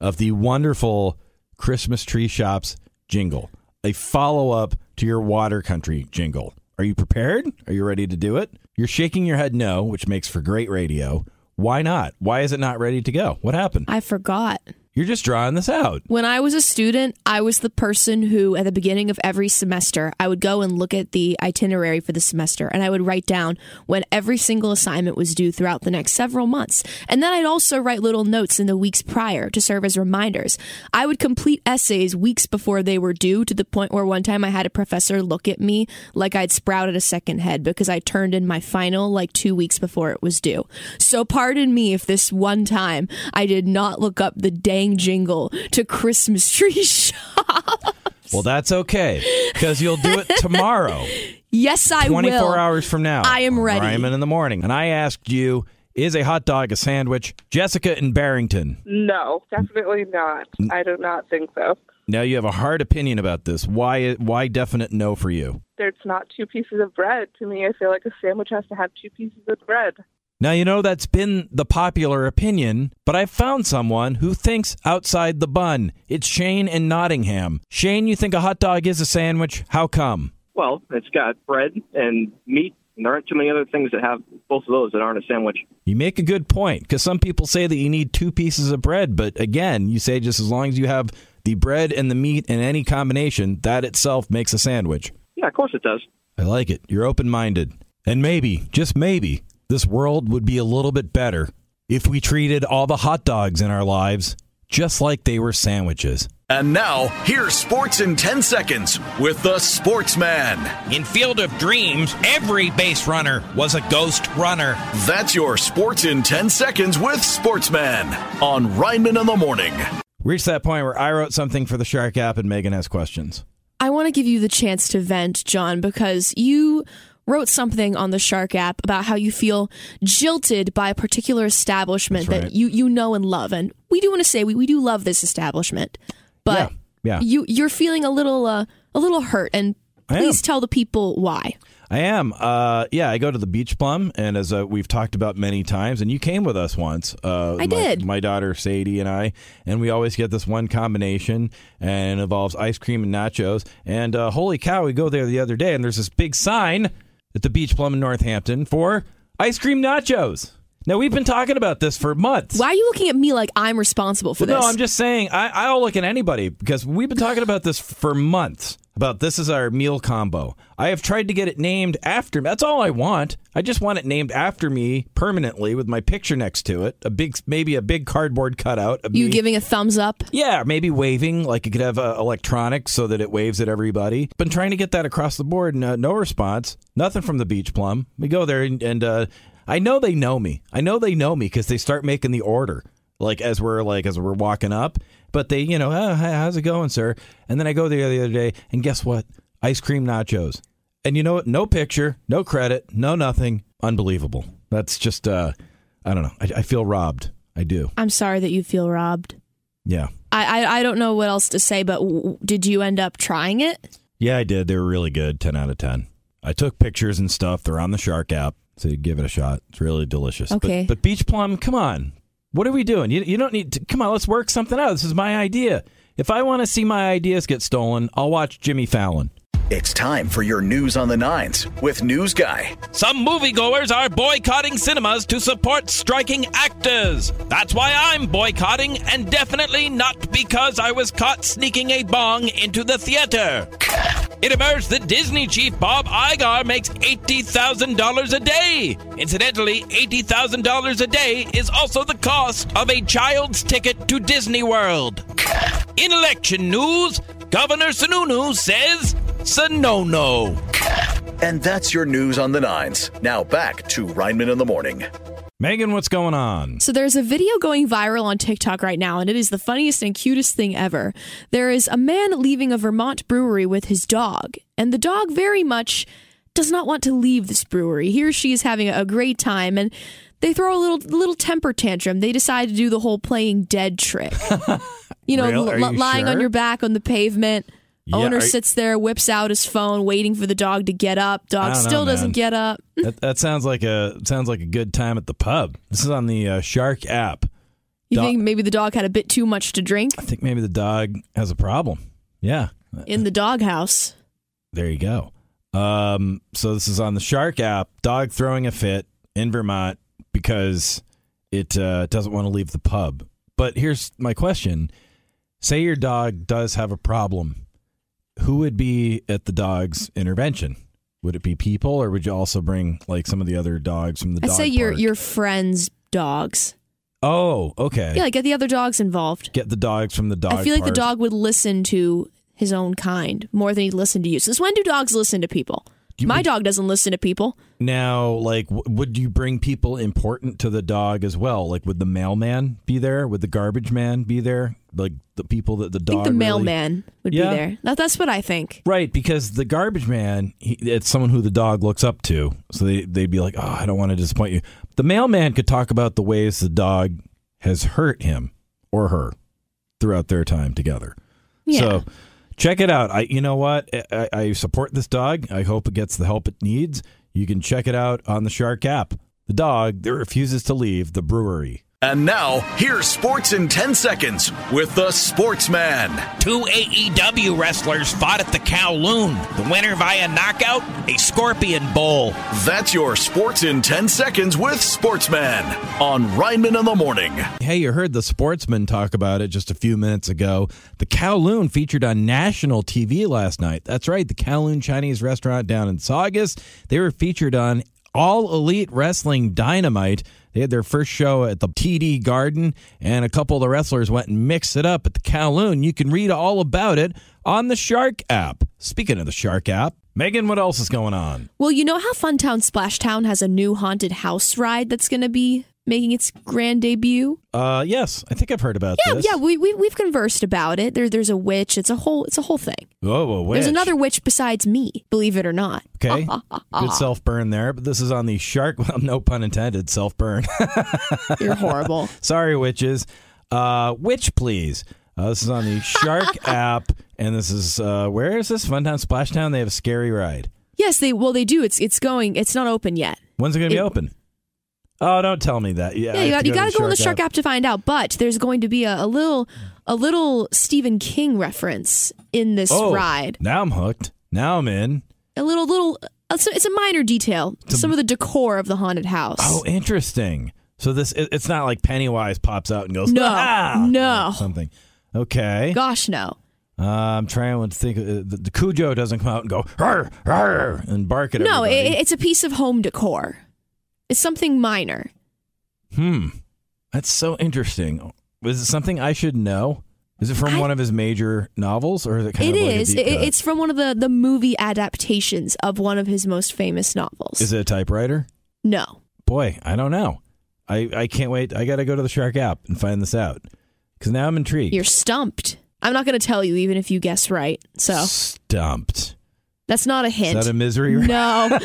S2: of the wonderful Christmas tree shops jingle, a follow up to your water country jingle. Are you prepared? Are you ready to do it? You're shaking your head no, which makes for great radio. Why not? Why is it not ready to go? What happened?
S3: I forgot.
S2: You're just drawing this out.
S3: When I was a student, I was the person who, at the beginning of every semester, I would go and look at the itinerary for the semester and I would write down when every single assignment was due throughout the next several months. And then I'd also write little notes in the weeks prior to serve as reminders. I would complete essays weeks before they were due to the point where one time I had a professor look at me like I'd sprouted a second head because I turned in my final like two weeks before it was due. So pardon me if this one time I did not look up the dang jingle to Christmas tree (laughs) shop.
S2: Well, that's okay because you'll
S3: (laughs)
S2: do it tomorrow,
S3: Yes, I
S2: 24
S3: will.
S2: hours from now.
S3: I am ready.
S2: Ryman in the morning. And I asked you, is a hot dog a sandwich? Jessica in Barrington.
S12: No, definitely not.
S11: Mm.
S12: I do not think so.
S2: Now you have a hard opinion about this. Why? Why definite no for you?
S12: There's not two pieces of bread. To me, I feel like a sandwich has to have two pieces of bread.
S2: Now you know that's been the popular opinion, but I've found someone who thinks outside the bun. It's Shane in Nottingham. Shane, you think a hot dog is a sandwich? How come?
S13: Well, it's got bread and meat, and there aren't too many other things that have both of those that aren't a sandwich.
S2: You make a good point because some people say that you need two pieces of bread, but again, you say just as long as you have the bread and the meat in any combination, that itself makes a sandwich.
S13: Yeah, of course it does.
S2: I like it. You're open minded. And maybe, just maybe, this world would be a little bit better if we treated all the hot dogs in our lives just like they were sandwiches.
S1: And now, here's Sports in 10 Seconds with the Sportsman.
S6: In Field of Dreams, every base runner was a ghost runner.
S1: That's your Sports in 10 Seconds with Sportsman on Rhineman in the Morning.
S2: Reached that point where I wrote something for the Shark app and Megan has questions.
S3: I want to give you the chance to vent, John, because you wrote something on the Shark app about how you feel jilted by a particular establishment
S2: That's
S3: that
S2: right.
S3: you, you know and love. And we do want to say we, we do love this establishment, but
S2: Yeah.
S3: you you're feeling a little uh, a little hurt. And
S2: I am.
S3: please tell the people why.
S2: I am. Uh, yeah, I go to the Beach Plum, and as uh, we've talked about many times, and you came with us once. Uh,
S3: I
S2: my,
S3: did.
S2: My daughter Sadie and I, and we always get this one combination, and it involves ice cream and nachos. And uh, holy cow, we go there the other day, and there's this big sign at the Beach Plum in Northampton for ice cream nachos. Now we've been talking about this for months.
S3: Why are you looking at me like I'm responsible for
S2: Well,
S3: this?
S2: No, I'm just saying I, I'll look at anybody because we've been talking about this for months. About this is our meal combo. I have tried to get it named after me. That's all I want. I just want it named after me permanently with my picture next to it. A big, maybe a big cardboard cutout. Of
S3: you
S2: me.
S3: giving a thumbs up.
S2: Yeah, maybe waving. Like you could have uh, electronics so that it waves at everybody. Been trying to get that across the board, and uh, no response. Nothing from the beach plum. We go there, and, and uh, I know they know me. I know they know me because they start making the order, like as we're like as we're walking up. But they, you know, oh, hi, how's it going, sir? And then I go there the other day, and guess what? Ice cream nachos. And you know what? No picture, no credit, no nothing. Unbelievable. That's just, uh, I don't know. I, I feel robbed. I do.
S3: I'm sorry that you feel robbed.
S2: Yeah.
S3: I, I I don't know what else to say, but w- w- did you end up trying it?
S2: Yeah, I did. They were really good. 10 out of 10. I took pictures and stuff. They're on the Shark app. So you give it a shot. It's really delicious. But-
S3: Okay.
S2: But, Beach Plum, come on. What are we doing? You, you don't need to. Come on, let's work something out. This is my idea. If I want to see my ideas get stolen, I'll watch Jimmy Fallon.
S1: It's time for your news on the nines with News Guy.
S5: Some moviegoers are boycotting cinemas to support striking actors. That's why I'm boycotting, and definitely not because I was caught sneaking a bong into the theater. It emerged that Disney chief Bob Iger makes $80,000 a day. Incidentally, $80,000 a day is also the cost of a child's ticket to Disney World. In election news, Governor Sununu says it's a no no.
S1: And that's your news on the nines. Now back to Reinman in the morning.
S2: Megan, what's going on?
S3: So there's a video going viral on TikTok right now, and it is the funniest and cutest thing ever. There is a man leaving a Vermont brewery with his dog, and the dog very much does not want to leave this brewery. He or she is having a great time, and they throw a little little temper tantrum. They decide to do the whole playing dead
S2: (laughs)
S3: trick. you know,
S2: Real? Are
S3: l-
S2: you
S3: lying on
S2: sure?
S3: your back on the pavement.
S2: Yeah,
S3: Owner
S2: are-
S3: sits there, whips out his phone, waiting for the dog to get up.
S2: I
S3: Dog
S2: don't know,
S3: still doesn't
S2: man.
S3: get up.
S2: that, that sounds like a sounds like a good time at the pub. This is on the uh, Shark app.
S3: You
S2: Dog-
S3: think maybe the dog had a bit too much to drink
S2: I think maybe the dog has a problem. Yeah,
S3: in the doghouse?
S2: there you go. Um, so this is on the Shark app. Dog throwing a fit in Vermont because it uh, doesn't want to leave the pub. But here's my question: Say your dog does have a problem, who would be at the dog's intervention? Would it be people, or would you also bring like some of the other dogs from the?
S3: I'd
S2: dog
S3: say your
S2: park?
S3: your friends' dogs.
S2: Oh, okay.
S3: Yeah, like, get the other dogs involved.
S2: Get the dogs from the dog.
S3: I feel like the
S2: park.
S3: dog would listen to his own kind more than he'd listen to you. Since when do dogs listen to people? My dog doesn't listen to people.
S2: Now, like, w- would you bring people important to the dog as well? Like, would the mailman be there? Would the garbage man be there? Like the people that the
S3: I
S2: dog.
S3: think the
S2: really-
S3: mailman would
S2: Yeah.
S3: be there. Now, that's what I think.
S2: Right, because the garbage man, he, it's someone who the dog looks up to. So they, they'd be like, oh, I don't want to disappoint you. The mailman could talk about the ways the dog has hurt him or her throughout their time together.
S3: Yeah.
S2: So check it out. I, you know what? I- I, I support this dog. I hope it gets the help it needs. You can check it out on the Shark app. The dog that refuses to leave the brewery.
S1: And now, here's sports in 10 seconds with the Sportsman.
S6: Two AEW wrestlers fought at the Kowloon. The winner via knockout, a Scorpion Bowl.
S1: That's your sports in 10 seconds with Sportsman on Reinman in the morning.
S2: Hey, you heard the sportsman talk about it just a few minutes ago. The Kowloon featured on national TV last night. That's right, the Kowloon Chinese restaurant down in Saugus. They were featured on All Elite Wrestling Dynamite. They had their first show at the TD Garden, and a couple of the wrestlers went and mixed it up at the Kowloon. You can read all about it on the Shark app. Speaking of the Shark app, Megan, what else is going on?
S3: Well, you know how Funtown Splashtown has a new haunted house ride that's going to be making its grand debut?
S2: Uh, yes, I think I've heard about
S3: Yeah,
S2: this.
S3: yeah, we, we we've conversed about it. There there's a witch. It's a whole it's a whole thing.
S2: Whoa, whoa, wait.
S3: There's another witch besides me, believe it or not. (laughs)
S2: Okay. Good self burn there. But this is on the shark. (laughs) Well, no pun intended, self burn.
S3: You're horrible.
S2: (laughs) Sorry, witches. Uh, witch, please. Uh, this is on the
S3: (laughs)
S2: Shark app. And this is, uh, where is this? Funtown Splashtown. They have a scary ride.
S3: Yes, they well they do. It's it's going. It's not open yet.
S2: When's it going to be
S3: It-
S2: open? Oh, don't tell me that. Yeah,
S3: Yeah,
S2: I
S3: you
S2: have
S3: got,
S2: to
S3: you got to go on the
S2: Shark
S3: Shark app to find out. But there's going to be a, a little a little Stephen King reference in this
S2: Oh,
S3: ride.
S2: Now I'm hooked. Now I'm in.
S3: A little little. It's a, it's a minor detail. Some of the decor of the haunted house.
S2: Oh, interesting. So this, it, it's not like Pennywise pops out and goes,
S3: No,
S2: "Ah!"
S3: no.
S2: or something. Okay.
S3: Gosh, no.
S2: Uh, I'm trying to think. Uh, the, the Cujo doesn't come out and go "Arr, arr," and bark at
S3: No, it,
S2: everybody.
S3: it's a piece of home decor. It's something minor.
S2: hmm. That's so interesting. Is it something I should know? Is it from one of his major novels, or is it kind
S3: It
S2: of like a
S3: is.
S2: deep
S3: It,
S2: cut?
S3: it's from one of the, the movie adaptations of one of his most famous novels.
S2: Is it a typewriter?
S3: No.
S2: Boy, I don't know. I I can't wait. I got to go to the Shark app and find this out because now I'm intrigued.
S3: You're stumped. I'm not going to tell you, even if you guess right. So
S2: stumped.
S3: that's not a hint.
S2: Is that a misery? (laughs)
S3: No.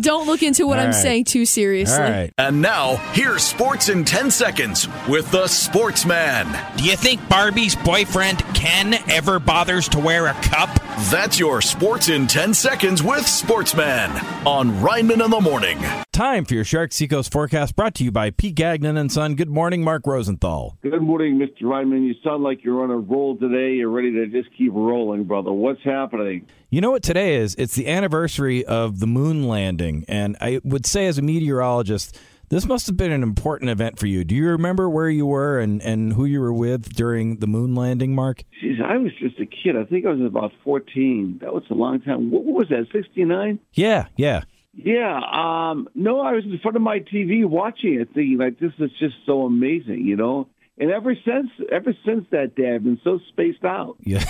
S3: Don't look into what
S2: All
S3: I'm
S2: right.
S3: saying too seriously.
S1: And now, here's sports in 10 seconds with the Sportsman.
S6: Do you think Barbie's boyfriend Ken ever bothers to wear a cup?
S1: That's your sports in 10 seconds with Sportsman on Reinman in the Morning.
S2: Time for your Shark Seacoast forecast brought to you by Pete Gagnon and Son. Good morning, Mark Rosenthal.
S11: Good morning, Mr. Reinman. You sound like you're on a roll today. You're ready to just keep rolling, brother. What's happening?
S2: You know what today is? It's the anniversary of the moon landing. And I would say, as a meteorologist, this must have been an important event for you. Do you remember where you were and, and who you were with during the moon landing, Mark?
S11: Jeez, I was just a kid. I think I was about 14. That was a long time. What, what was that, 69?
S2: Yeah, yeah.
S11: Yeah. Um, no, I was in front of my TV watching it, thinking, like, this is just so amazing, you know? And ever since, ever since that day, I've been so spaced out.
S2: Yeah.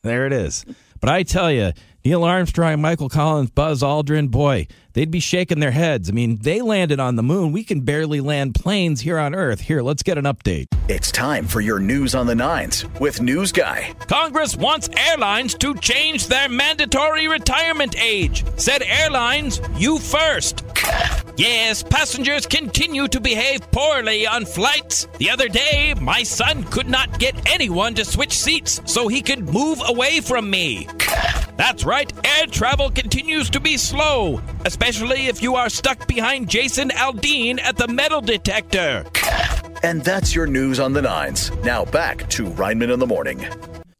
S2: there it is. But I tell you, Neil Armstrong, Michael Collins, Buzz Aldrin, boy, they'd be shaking their heads. I mean, they landed on the moon. We can barely land planes here on Earth. Here, let's get an update.
S1: It's time for your news on the nines with News Guy.
S5: Congress wants airlines to change their mandatory retirement age. Said airlines, you first. Yes, passengers continue to behave poorly on flights. The other day, my son could not get anyone to switch seats so he could move away from me. That's right, air travel continues to be slow, especially if you are stuck behind Jason Aldean at the metal detector.
S1: And that's your news on the nines. Now back to Reinman in the Morning.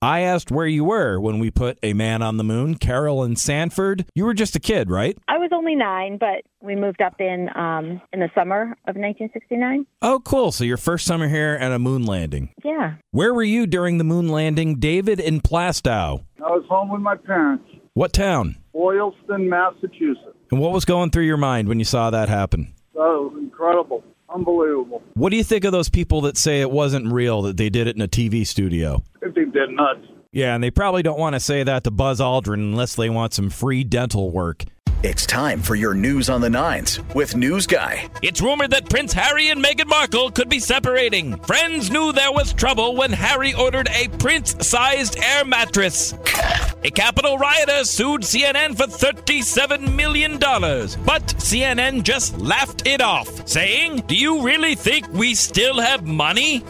S2: I asked where you were when we put A Man on the Moon, Carolyn Sanford. You were just a kid, right?
S14: I was only nine, but we moved up in um, in the summer of 1969.
S2: Oh, cool. So your first summer here and a moon landing.
S14: Yeah.
S2: Where were you during the moon landing, David, in Plastow?
S15: I was home with my parents.
S2: What town?
S15: Boylston, Massachusetts.
S2: And what was going through your mind when you saw that happen?
S15: Oh, it was incredible. Unbelievable.
S2: What do you think of those people that say it wasn't real, that they did it in a TV studio?
S15: I think they're nuts.
S2: Yeah, and they probably don't want to say that to Buzz Aldrin unless they want some free dental work.
S1: It's time for your news on the nines with News Guy.
S5: It's rumored that Prince Harry and Meghan Markle could be separating. Friends knew there was trouble when Harry ordered a prince sized air mattress. A Capitol rioter sued CNN for $37 million, but CNN just laughed it off, saying, Do you really think we still have money?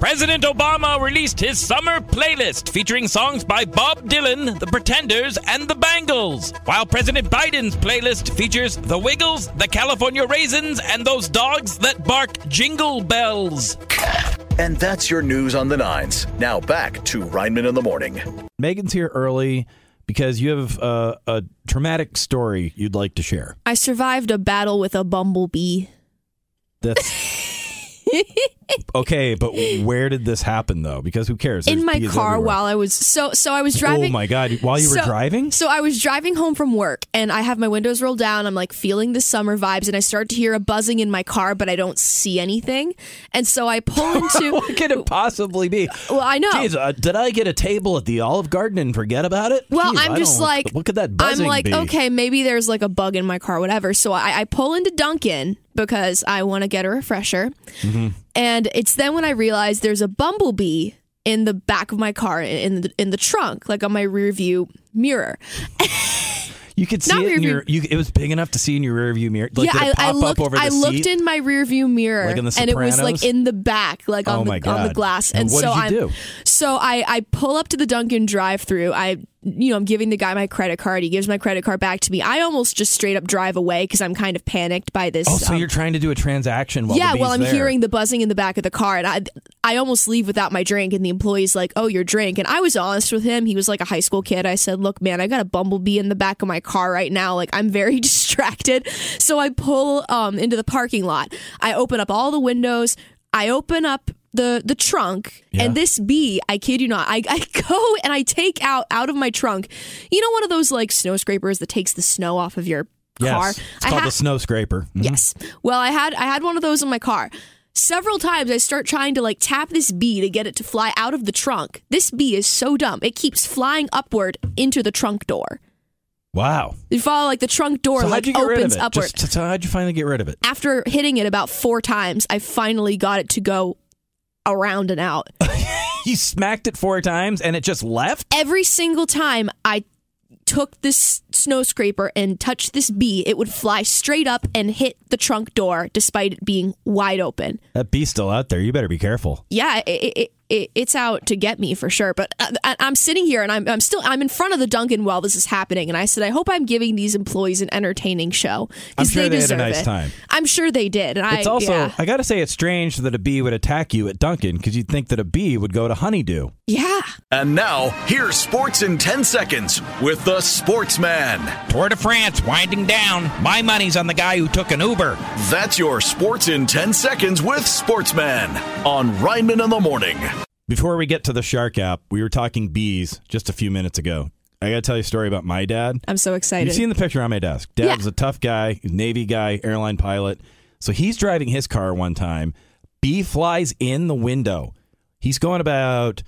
S5: President Obama released his summer playlist featuring songs by Bob Dylan, The Pretenders, and The Bangles, while President Biden's playlist features The Wiggles, The California Raisins, and those dogs that bark jingle bells.
S1: And that's your news on the nines. Now back to Reinman in the Morning.
S2: Megan's here early because you have a, a traumatic story you'd like to share.
S3: I survived a battle with a bumblebee.
S2: That's.
S3: (laughs)
S2: okay, but where did this happen though? Because who cares?
S3: in
S2: There's
S3: my
S2: bees
S3: car
S2: everywhere.
S3: while I was so so I was driving.
S2: Oh my god! While you were
S3: so,
S2: driving,
S3: So I was driving home from work and I have my windows rolled down. I'm like feeling the summer vibes and I start to hear a buzzing in my car, but I don't see anything. And so I
S2: (laughs)
S3: pull into
S2: what could it possibly be?
S3: Well, I know.
S2: Jeez, uh, did I get a table at the Olive Garden and forget about it?
S3: Well,
S2: Jeez,
S3: I'm
S2: I
S3: just
S2: don't-
S3: like,
S2: what could that
S3: I'm
S2: buzzing
S3: like,
S2: be?
S3: okay, maybe there's like a bug in my car, whatever. So I, I pull into Duncan because I want to get a refresher,
S2: Mm-hmm.
S3: and it's then when I realize there's a bumblebee in the back of my car in the in the trunk, like on my rear view mirror.
S2: You could
S3: Not
S2: see it in
S3: rearview-
S2: your. You, it was big enough to see in your rearview mirror. Like, did
S3: yeah,
S2: it
S3: I, I
S2: pop
S3: looked.
S2: up over the
S3: I looked
S2: seat?
S3: in my rearview mirror,
S2: Like in The
S3: and it was
S2: Sopranos?
S3: like in the back, like
S2: Oh
S3: on
S2: my
S3: the on
S2: God.
S3: the glass.
S2: And
S3: And,
S2: what
S3: so
S2: did you
S3: I'm
S2: do?
S3: so I I pull up to the Dunkin' drive-through. I you know I'm giving the guy my credit card. He gives my credit card back to me. I almost just straight up drive away because I'm kind of panicked by this.
S2: Oh, so
S3: um,
S2: you're trying to do a transaction while the
S3: yeah,
S2: bee's
S3: well, I'm
S2: there.
S3: hearing the buzzing in the back of the car, and I I almost leave without my drink. And the employee's like, "Oh, your drink." And I was honest with him. He was like a high school kid. I said, "Look, man, I got a bumblebee in the back of my car right now. Like, I'm very (laughs) distracted." So I pull um into the parking lot. I open up all the windows. I open up. The, the trunk
S2: Yeah.
S3: and this bee i kid you not I, I (laughs) go and i take out out of my trunk you know one of those like snow scrapers that takes the snow off of your
S2: Yes,
S3: car
S2: it's
S3: I
S2: called
S3: ha-
S2: the snow scraper. Mhm.
S3: Yes. Well, I had I had one of those in my car. Several times I start trying to like tap this bee to get it to fly out of the trunk. This bee is so dumb. It keeps flying upward into the trunk door.
S2: Wow.
S3: You follow like the trunk door
S2: so how'd
S3: like
S2: you get
S3: opens
S2: rid of it?
S3: upward.
S2: Just, so how'd you finally get rid of it? (laughs)
S3: After hitting it about 4 times, I finally got it to go around and
S2: (laughs)
S3: out.
S2: You smacked it four times and it just left.
S3: Every single time I took this snow scraper and touched this bee, it would fly straight up and hit the trunk door despite it being wide open.
S2: That bee's still out there. You better be careful.
S3: yeah, it, it, it, it, it's out to get me for sure. But I, I- I'm sitting here and I'm, I'm still I'm in front of the Duncan while this is happening, and I said I hope I'm giving these employees an entertaining show
S2: I'm
S3: because
S2: sure they had a
S3: deserve
S2: nice
S3: it.
S2: time.
S3: I'm sure they did. And
S2: it's
S3: I,
S2: also,
S3: yeah.
S2: I got to say, it's strange that a bee would attack you at Duncan because you'd think that a bee would go to Honeydew.
S3: Yeah.
S1: And now, here's sports in 10 seconds with the Sportsman.
S6: Tour de France winding down. My money's on the guy who took an Uber.
S1: That's your sports in 10 seconds with Sportsman on Rhineman in the Morning.
S2: Before we get to the shark app, we were talking bees just a few minutes ago. I got to tell you a story about my dad.
S3: I'm so excited.
S2: You've seen the picture on my desk. Dad's was a tough guy, he's a Navy guy, airline pilot. So he's driving his car one time. Bee flies in the window. He's going about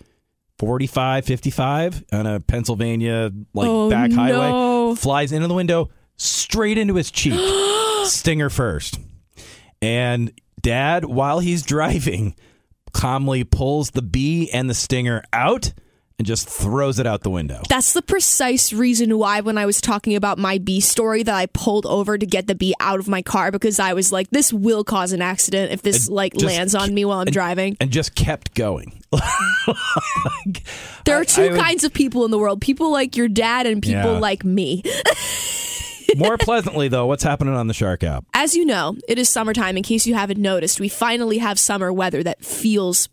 S2: 45, 55 on a Pennsylvania like
S3: Oh,
S2: back
S3: no.
S2: highway. Flies into the window, straight into
S3: (gasps)
S2: his cheek. Stinger first. And dad, while he's driving, calmly pulls the bee and the stinger out and just throws it out the window.
S3: That's the precise reason why, when I was talking about my bee story, that I pulled over to get the bee out of my car because I was like, "This will cause an accident if this
S2: And
S3: like
S2: just
S3: lands on me while I'm driving."
S2: and just kept going.
S3: There are two
S2: I would-
S3: kinds of people in the world: people like your dad and people
S2: Yeah.
S3: like me. (laughs)
S2: More pleasantly, though, what's happening on the Shark app?
S3: As you know, it is summertime. In case you haven't noticed, we finally have summer weather that feels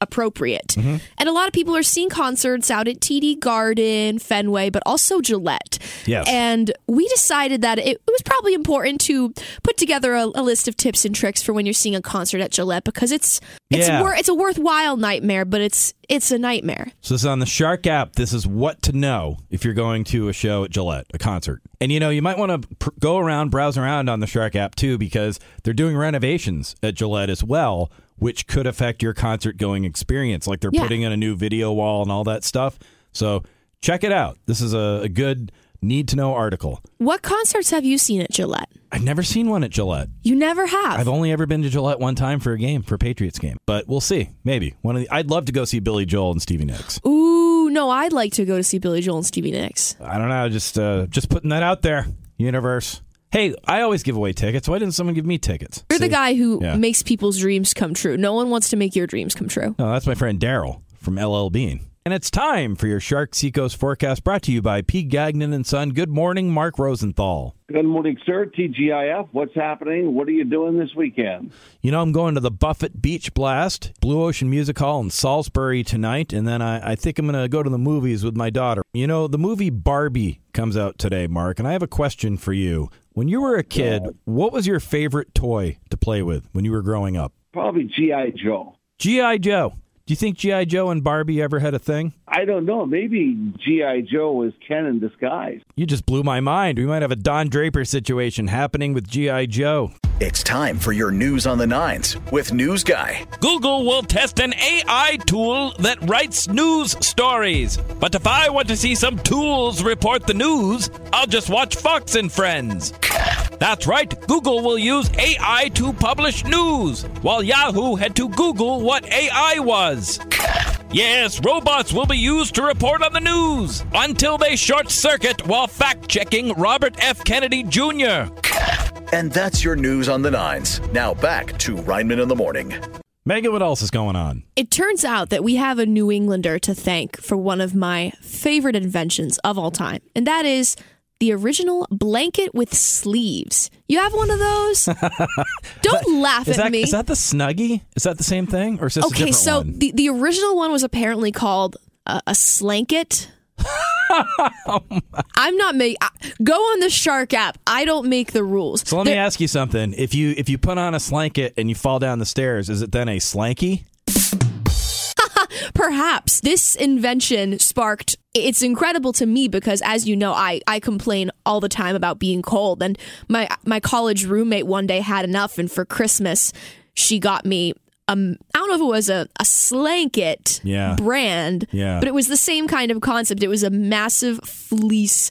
S3: appropriate.
S2: Mm-hmm.
S3: And a lot of people are seeing concerts out at TD Garden, Fenway, but also Gillette.
S16: Yes.
S3: And we decided that it, it was probably important to put together a, a list of tips and tricks for when you're seeing a concert at Gillette because it's it's
S2: Yeah.
S3: wor- it's a worthwhile nightmare, but it's it's a nightmare.
S2: So this is on the Shark app. This is what to know if you're going to a show at Gillette, a concert. And you know, you might want to pr- go around, browse around on the Shark app too, because they're doing renovations at Gillette as well, which could affect your concert going experience. Like they're
S17: Yeah.
S2: putting in a new video wall and all that stuff. So check it out. This is a, a good need to know article.
S3: What concerts have you seen at Gillette?
S2: I've never seen one at Gillette.
S3: You never have.
S2: I've only ever been to Gillette one time for a game, for a Patriots game. But we'll see. Maybe one of the. I'd love to go see Billy Joel and Stevie Nicks.
S3: Ooh, no, I'd like to go to see Billy Joel and Stevie Nicks.
S2: I don't know. Just uh, just putting that out there, universe. Hey, I always give away tickets. Why didn't someone give me tickets?
S3: You're the
S2: See?
S3: guy who
S2: Yeah.
S3: makes people's dreams come true. No one wants to make your dreams come true.
S2: No, that's my friend Daryl from LL Bean. And it's time for your Shark Seacoast forecast brought to you by P. Gagnon and Son. Good morning, Mark Rosenthal.
S11: Good morning, sir. TGIF. What's happening? What are you doing this weekend?
S2: You know, I'm going to the Buffett Beach Blast, Blue Ocean Music Hall in Salisbury tonight, and then I, I think I'm going to go to the movies with my daughter. You know, the movie Barbie comes out today, Mark, and I have a question for you. When you were a kid, what was your favorite toy to play with when you were growing up?
S11: Probably GI Joe.
S2: G.I. Joe. Do you think G.I. Joe and Barbie ever had a thing?
S11: I don't know. Maybe GI Joe was Ken in disguise.
S2: You just blew my mind. We might have a Don Draper situation happening with G.I. Joe.
S1: It's time for your news on the nines with News Guy.
S5: Google will test an AI tool that writes news stories. But if I want to see some tools report the news, I'll just watch Fox and Friends. That's right, Google will use AI to publish news, while Yahoo had to Google what AI was. Yes, robots will be used to report on the news until they short circuit while fact checking Robert F. Kennedy Jr.
S1: And that's your news on the nines. Now back to Rhineman in the Morning.
S2: Megan, what else is going on?
S3: It turns out that we have a New Englander to thank for one of my favorite inventions of all time, and that is the original blanket with sleeves. You have one of
S2: (laughs)
S3: those? Don't laugh
S2: Is
S3: at
S2: that,
S3: me.
S2: is that the Snuggie? Is that the same thing, or is this a
S3: okay,
S2: different
S3: so
S2: one?
S3: the the original one was apparently called uh, a
S2: (laughs)
S3: slanket.
S2: Oh
S3: I'm not make. I, go on the Shark app. I don't make the rules.
S2: So let me ask you something. If you if you put on a slanket and you fall down the stairs, is it then a slanky?
S3: Perhaps this invention sparked. It's incredible to me because, as you know, I, I complain all the time about being cold. And my my college roommate one day had enough, and for Christmas, she got me. Um, I don't know if it was a, a slanket
S16: Yeah.
S3: brand,
S16: Yeah.
S3: but it was the same kind of concept. It was a massive fleece,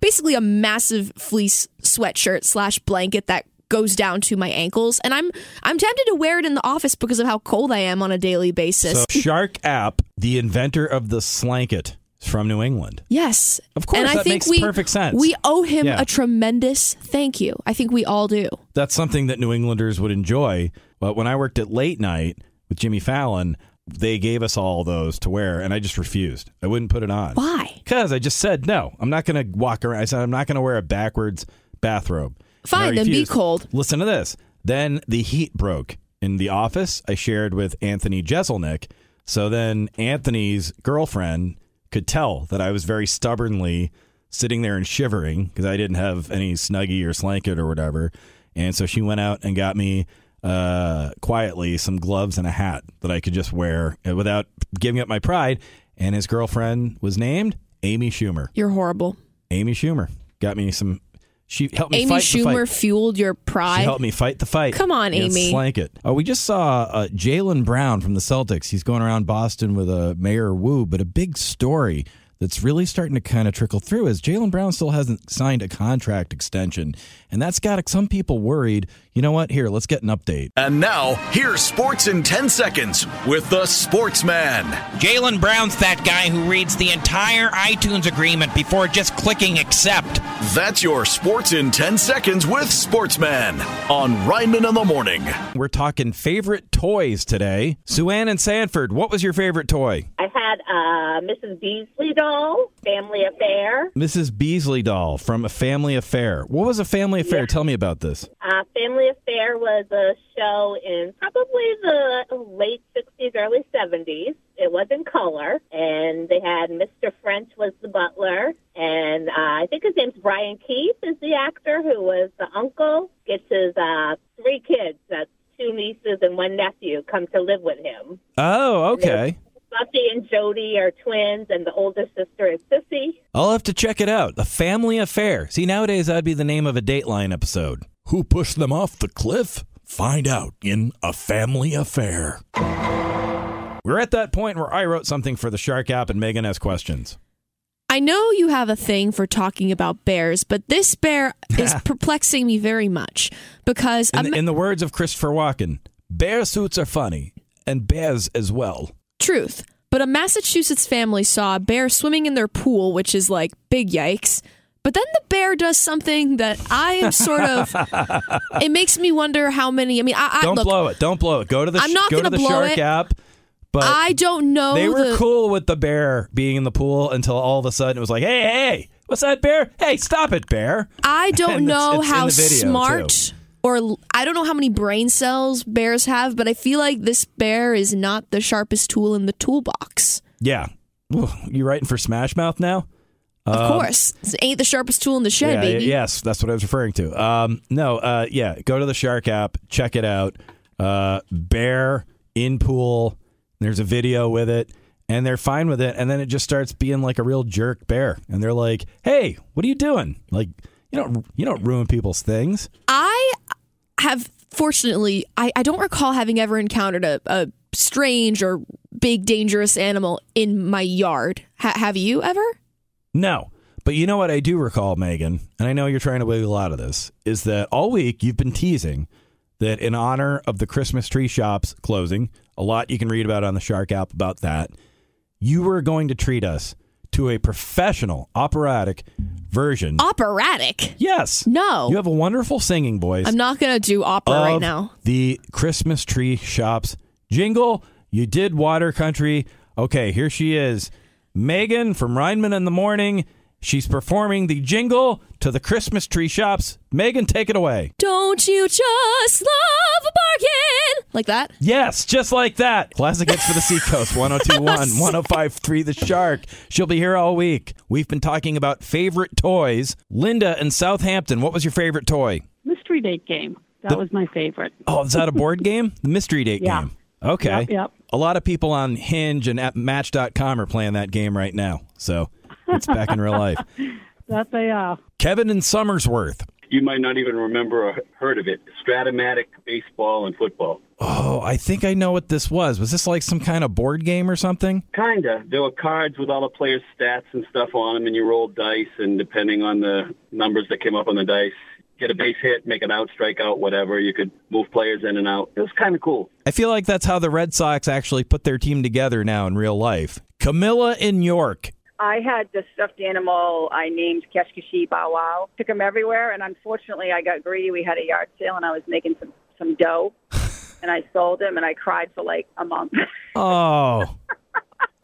S3: basically a massive fleece sweatshirt slash blanket that goes down to my ankles, and I'm I'm tempted to wear it in the office because of how cold I am on a daily basis.
S2: So Shark App, the inventor of the slanket, is from New England.
S3: Yes,
S2: Of course,
S3: and I
S2: that
S3: think
S2: makes
S3: we,
S2: perfect sense.
S3: We owe him
S2: Yeah.
S3: a tremendous thank you. I think we all do.
S2: That's something that New Englanders would enjoy. But when I worked at late night with Jimmy Fallon, they gave us all those to wear, and I just refused. I wouldn't put it on.
S3: Why?
S2: Because I just said no. I'm not going to walk around. I said I'm not going to wear a backwards bathrobe. And I
S3: Fine, then be
S2: refused.
S3: cold.
S2: Listen to this. Then the heat broke in the office. I shared with Anthony Jeselnik. So then Anthony's girlfriend could tell that I was very stubbornly sitting there and shivering because I didn't have any snuggie or slanket or whatever. And so she went out and got me uh, quietly some gloves and a hat that I could just wear uh, without giving up my pride. And his girlfriend was named Amy Schumer.
S3: You're horrible.
S2: Amy Schumer got me some. She helped me
S3: Amy
S2: fight the
S3: Schumer
S2: fight.
S3: fueled your pride.
S2: She helped me fight the fight.
S3: Come on,
S2: and
S3: Amy.
S2: Slank it. Oh, we just saw uh, Jalen Brown from the Celtics. He's going around Boston with a uh, Mayor Wu, but a big story that's really starting to kind of trickle through is Jalen Brown still hasn't signed a contract extension, and that's got some people worried. You know what? Here, let's get an update.
S1: And now, here's sports in 10 seconds with the Sportsman.
S6: Jalen Brown's that guy who reads the entire iTunes agreement before just clicking accept.
S1: That's your sports in 10 seconds with Sportsman on Ryman in the Morning.
S2: We're talking favorite toys today. Sue Ann and Sanford, what was your favorite toy?
S16: I had uh, Mrs. Beasley doll, Family Affair.
S2: Mrs. Beasley doll from A Family Affair. What was A Family Affair? Tell me about this.
S16: Uh, Family Affair was a show in probably the late 60s, early 70s. It was in color, and they had Mr. French was the butler, and uh, I think his name's Brian Keith is the actor who was the uncle. Gets his uh, three kids, that's two nieces and one nephew, come to live with him.
S2: Oh, okay.
S16: Buffy and Jody are twins, and the older sister is Sissy.
S2: I'll have to check it out. A family affair. See, nowadays that'd be the name of a Dateline episode. Who pushed them off the cliff? Find out in A Family Affair. We're at that point where I wrote something for the Shark app and Megan has questions.
S3: I know you have a thing for talking about bears, but this bear
S2: (laughs)
S3: is perplexing me very much because
S2: In,
S3: I'm
S2: the, in the words of Christopher Walken, bear suits are funny, and bears as well.
S3: truth. But a Massachusetts family saw a bear swimming in their pool, which is like big yikes. But then the bear does something that I am sort
S2: (laughs)
S3: of. it makes me wonder how many. I mean, I, I
S2: Don't
S3: look.
S2: blow it. Don't blow it. Go to the,
S3: I'm not
S2: go to
S3: gonna
S2: the
S3: blow
S2: Shark
S3: it.
S2: app. But
S3: I don't know.
S2: They were
S3: Oh, the,
S2: cool with the bear being in the pool until all of a sudden it was like, hey, hey, what's that bear? Hey, stop it, bear.
S3: I don't
S2: (laughs) And it's-
S3: know
S2: it's in
S3: how
S2: the video,
S3: smart
S2: too.
S3: or l- I don't know how many brain cells bears have, but I feel like this bear is not the sharpest tool in the toolbox.
S2: Yeah. Ooh, you writing for Smash Mouth now?
S3: Of course, it ain't the sharpest tool in the shed,
S2: Um, yeah,
S3: baby.
S2: y- Yes, that's what I was referring to. Um, no, uh, yeah, go to the Shark app, check it out. Uh, bear in pool. There's a video with it, and they're fine with it. And then it just starts being like a real jerk bear, and they're like, "Hey, what are you doing? Like, you don't you don't ruin people's things."
S3: I have, fortunately, I, I don't recall having ever encountered a, a strange or big dangerous animal in my yard. Ha- have you ever?
S2: No. But you know what I do recall, Megan, and I know you're trying to wiggle out of this, is that all week you've been teasing that in honor of the Christmas tree shops closing, a lot you can read about on the Shark app about that, you were going to treat us to a professional operatic version.
S3: Operatic.
S2: yes.
S3: No.
S2: You have a wonderful singing voice
S3: I'm not gonna do opera right
S2: of
S3: now.
S2: The Christmas tree shops jingle. You did water country. Okay, here she is. Megan from Rhineman in the morning. She's performing the jingle to the Christmas tree shops. Megan, take it away.
S3: Don't you just love a bargain? Like that?
S2: Yes, just like that. Classic hits for the Seacoast 1021, (laughs) 1053 The Shark. She'll be here all week. We've been talking about favorite toys. Linda in Southampton, what was your favorite toy?
S17: Mystery date game. That
S2: The-
S17: was my favorite.
S2: Oh, is that
S17: (laughs)
S2: a board game? The mystery date
S17: Yeah.
S2: game. Okay.
S17: Yep, yep.
S2: A lot of people on Hinge and at Match.com are playing that game right now. So it's back in real life.
S17: (laughs) That they are.
S2: Kevin and Summersworth.
S18: You might not even remember or heard of it. Stratomatic baseball and football.
S2: Oh, I think I know what this was. Was this like some kind of board game or something?
S18: Kinda. There were cards with all the players' stats and stuff on them, and you rolled dice, and depending on the numbers that came up on the dice, get a base hit, make an out, strike out, whatever. You could move players in and out. It was kind of cool.
S2: I feel like that's how the Red Sox actually put their team together now in real life. Camilla in York.
S9: I had this stuffed animal I named Keshkishi Bow Wow. Took him everywhere, and unfortunately, I got greedy. We had a yard sale, and I was making some some dough. and I sold him, and I cried for like a month. (laughs)
S2: Oh,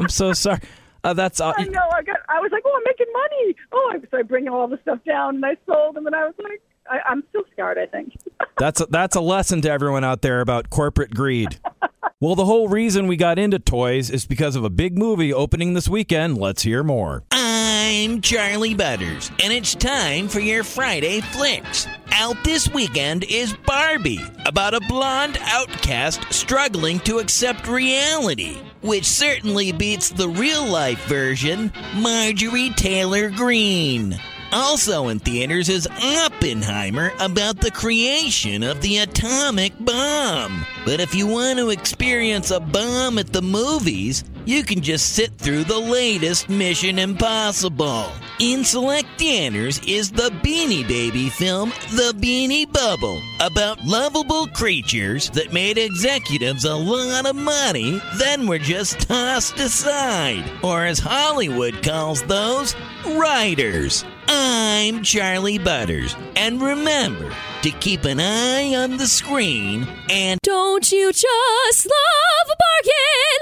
S2: I'm so sorry. Uh, that's uh,
S9: I know. I got. I was like, oh, I'm making money. Oh, I- so I bring all the stuff down, and I sold them, and I was like, I, I'm still scarred. I think.
S2: that's a, that's a lesson to everyone out there about corporate greed. Well, the whole reason we got into toys is because of a big movie opening this weekend. Let's hear more.
S6: I'm Charlie Butters, and it's time for your Friday flicks. Out this weekend is Barbie, about a blonde outcast struggling to accept reality, which certainly beats the real life version, Marjorie Taylor Greene. Also in theaters is Oppenheimer about the creation of the atomic bomb. But if you want to experience a bomb at the movies, you can just sit through the latest Mission Impossible. In select theaters is the Beanie Baby film The Beanie Bubble about lovable creatures that made executives a lot of money, then were just tossed aside, or as Hollywood calls those, writers. I'm Charlie Butters, and remember to keep an eye on the screen and
S3: Don't you just love a bargain?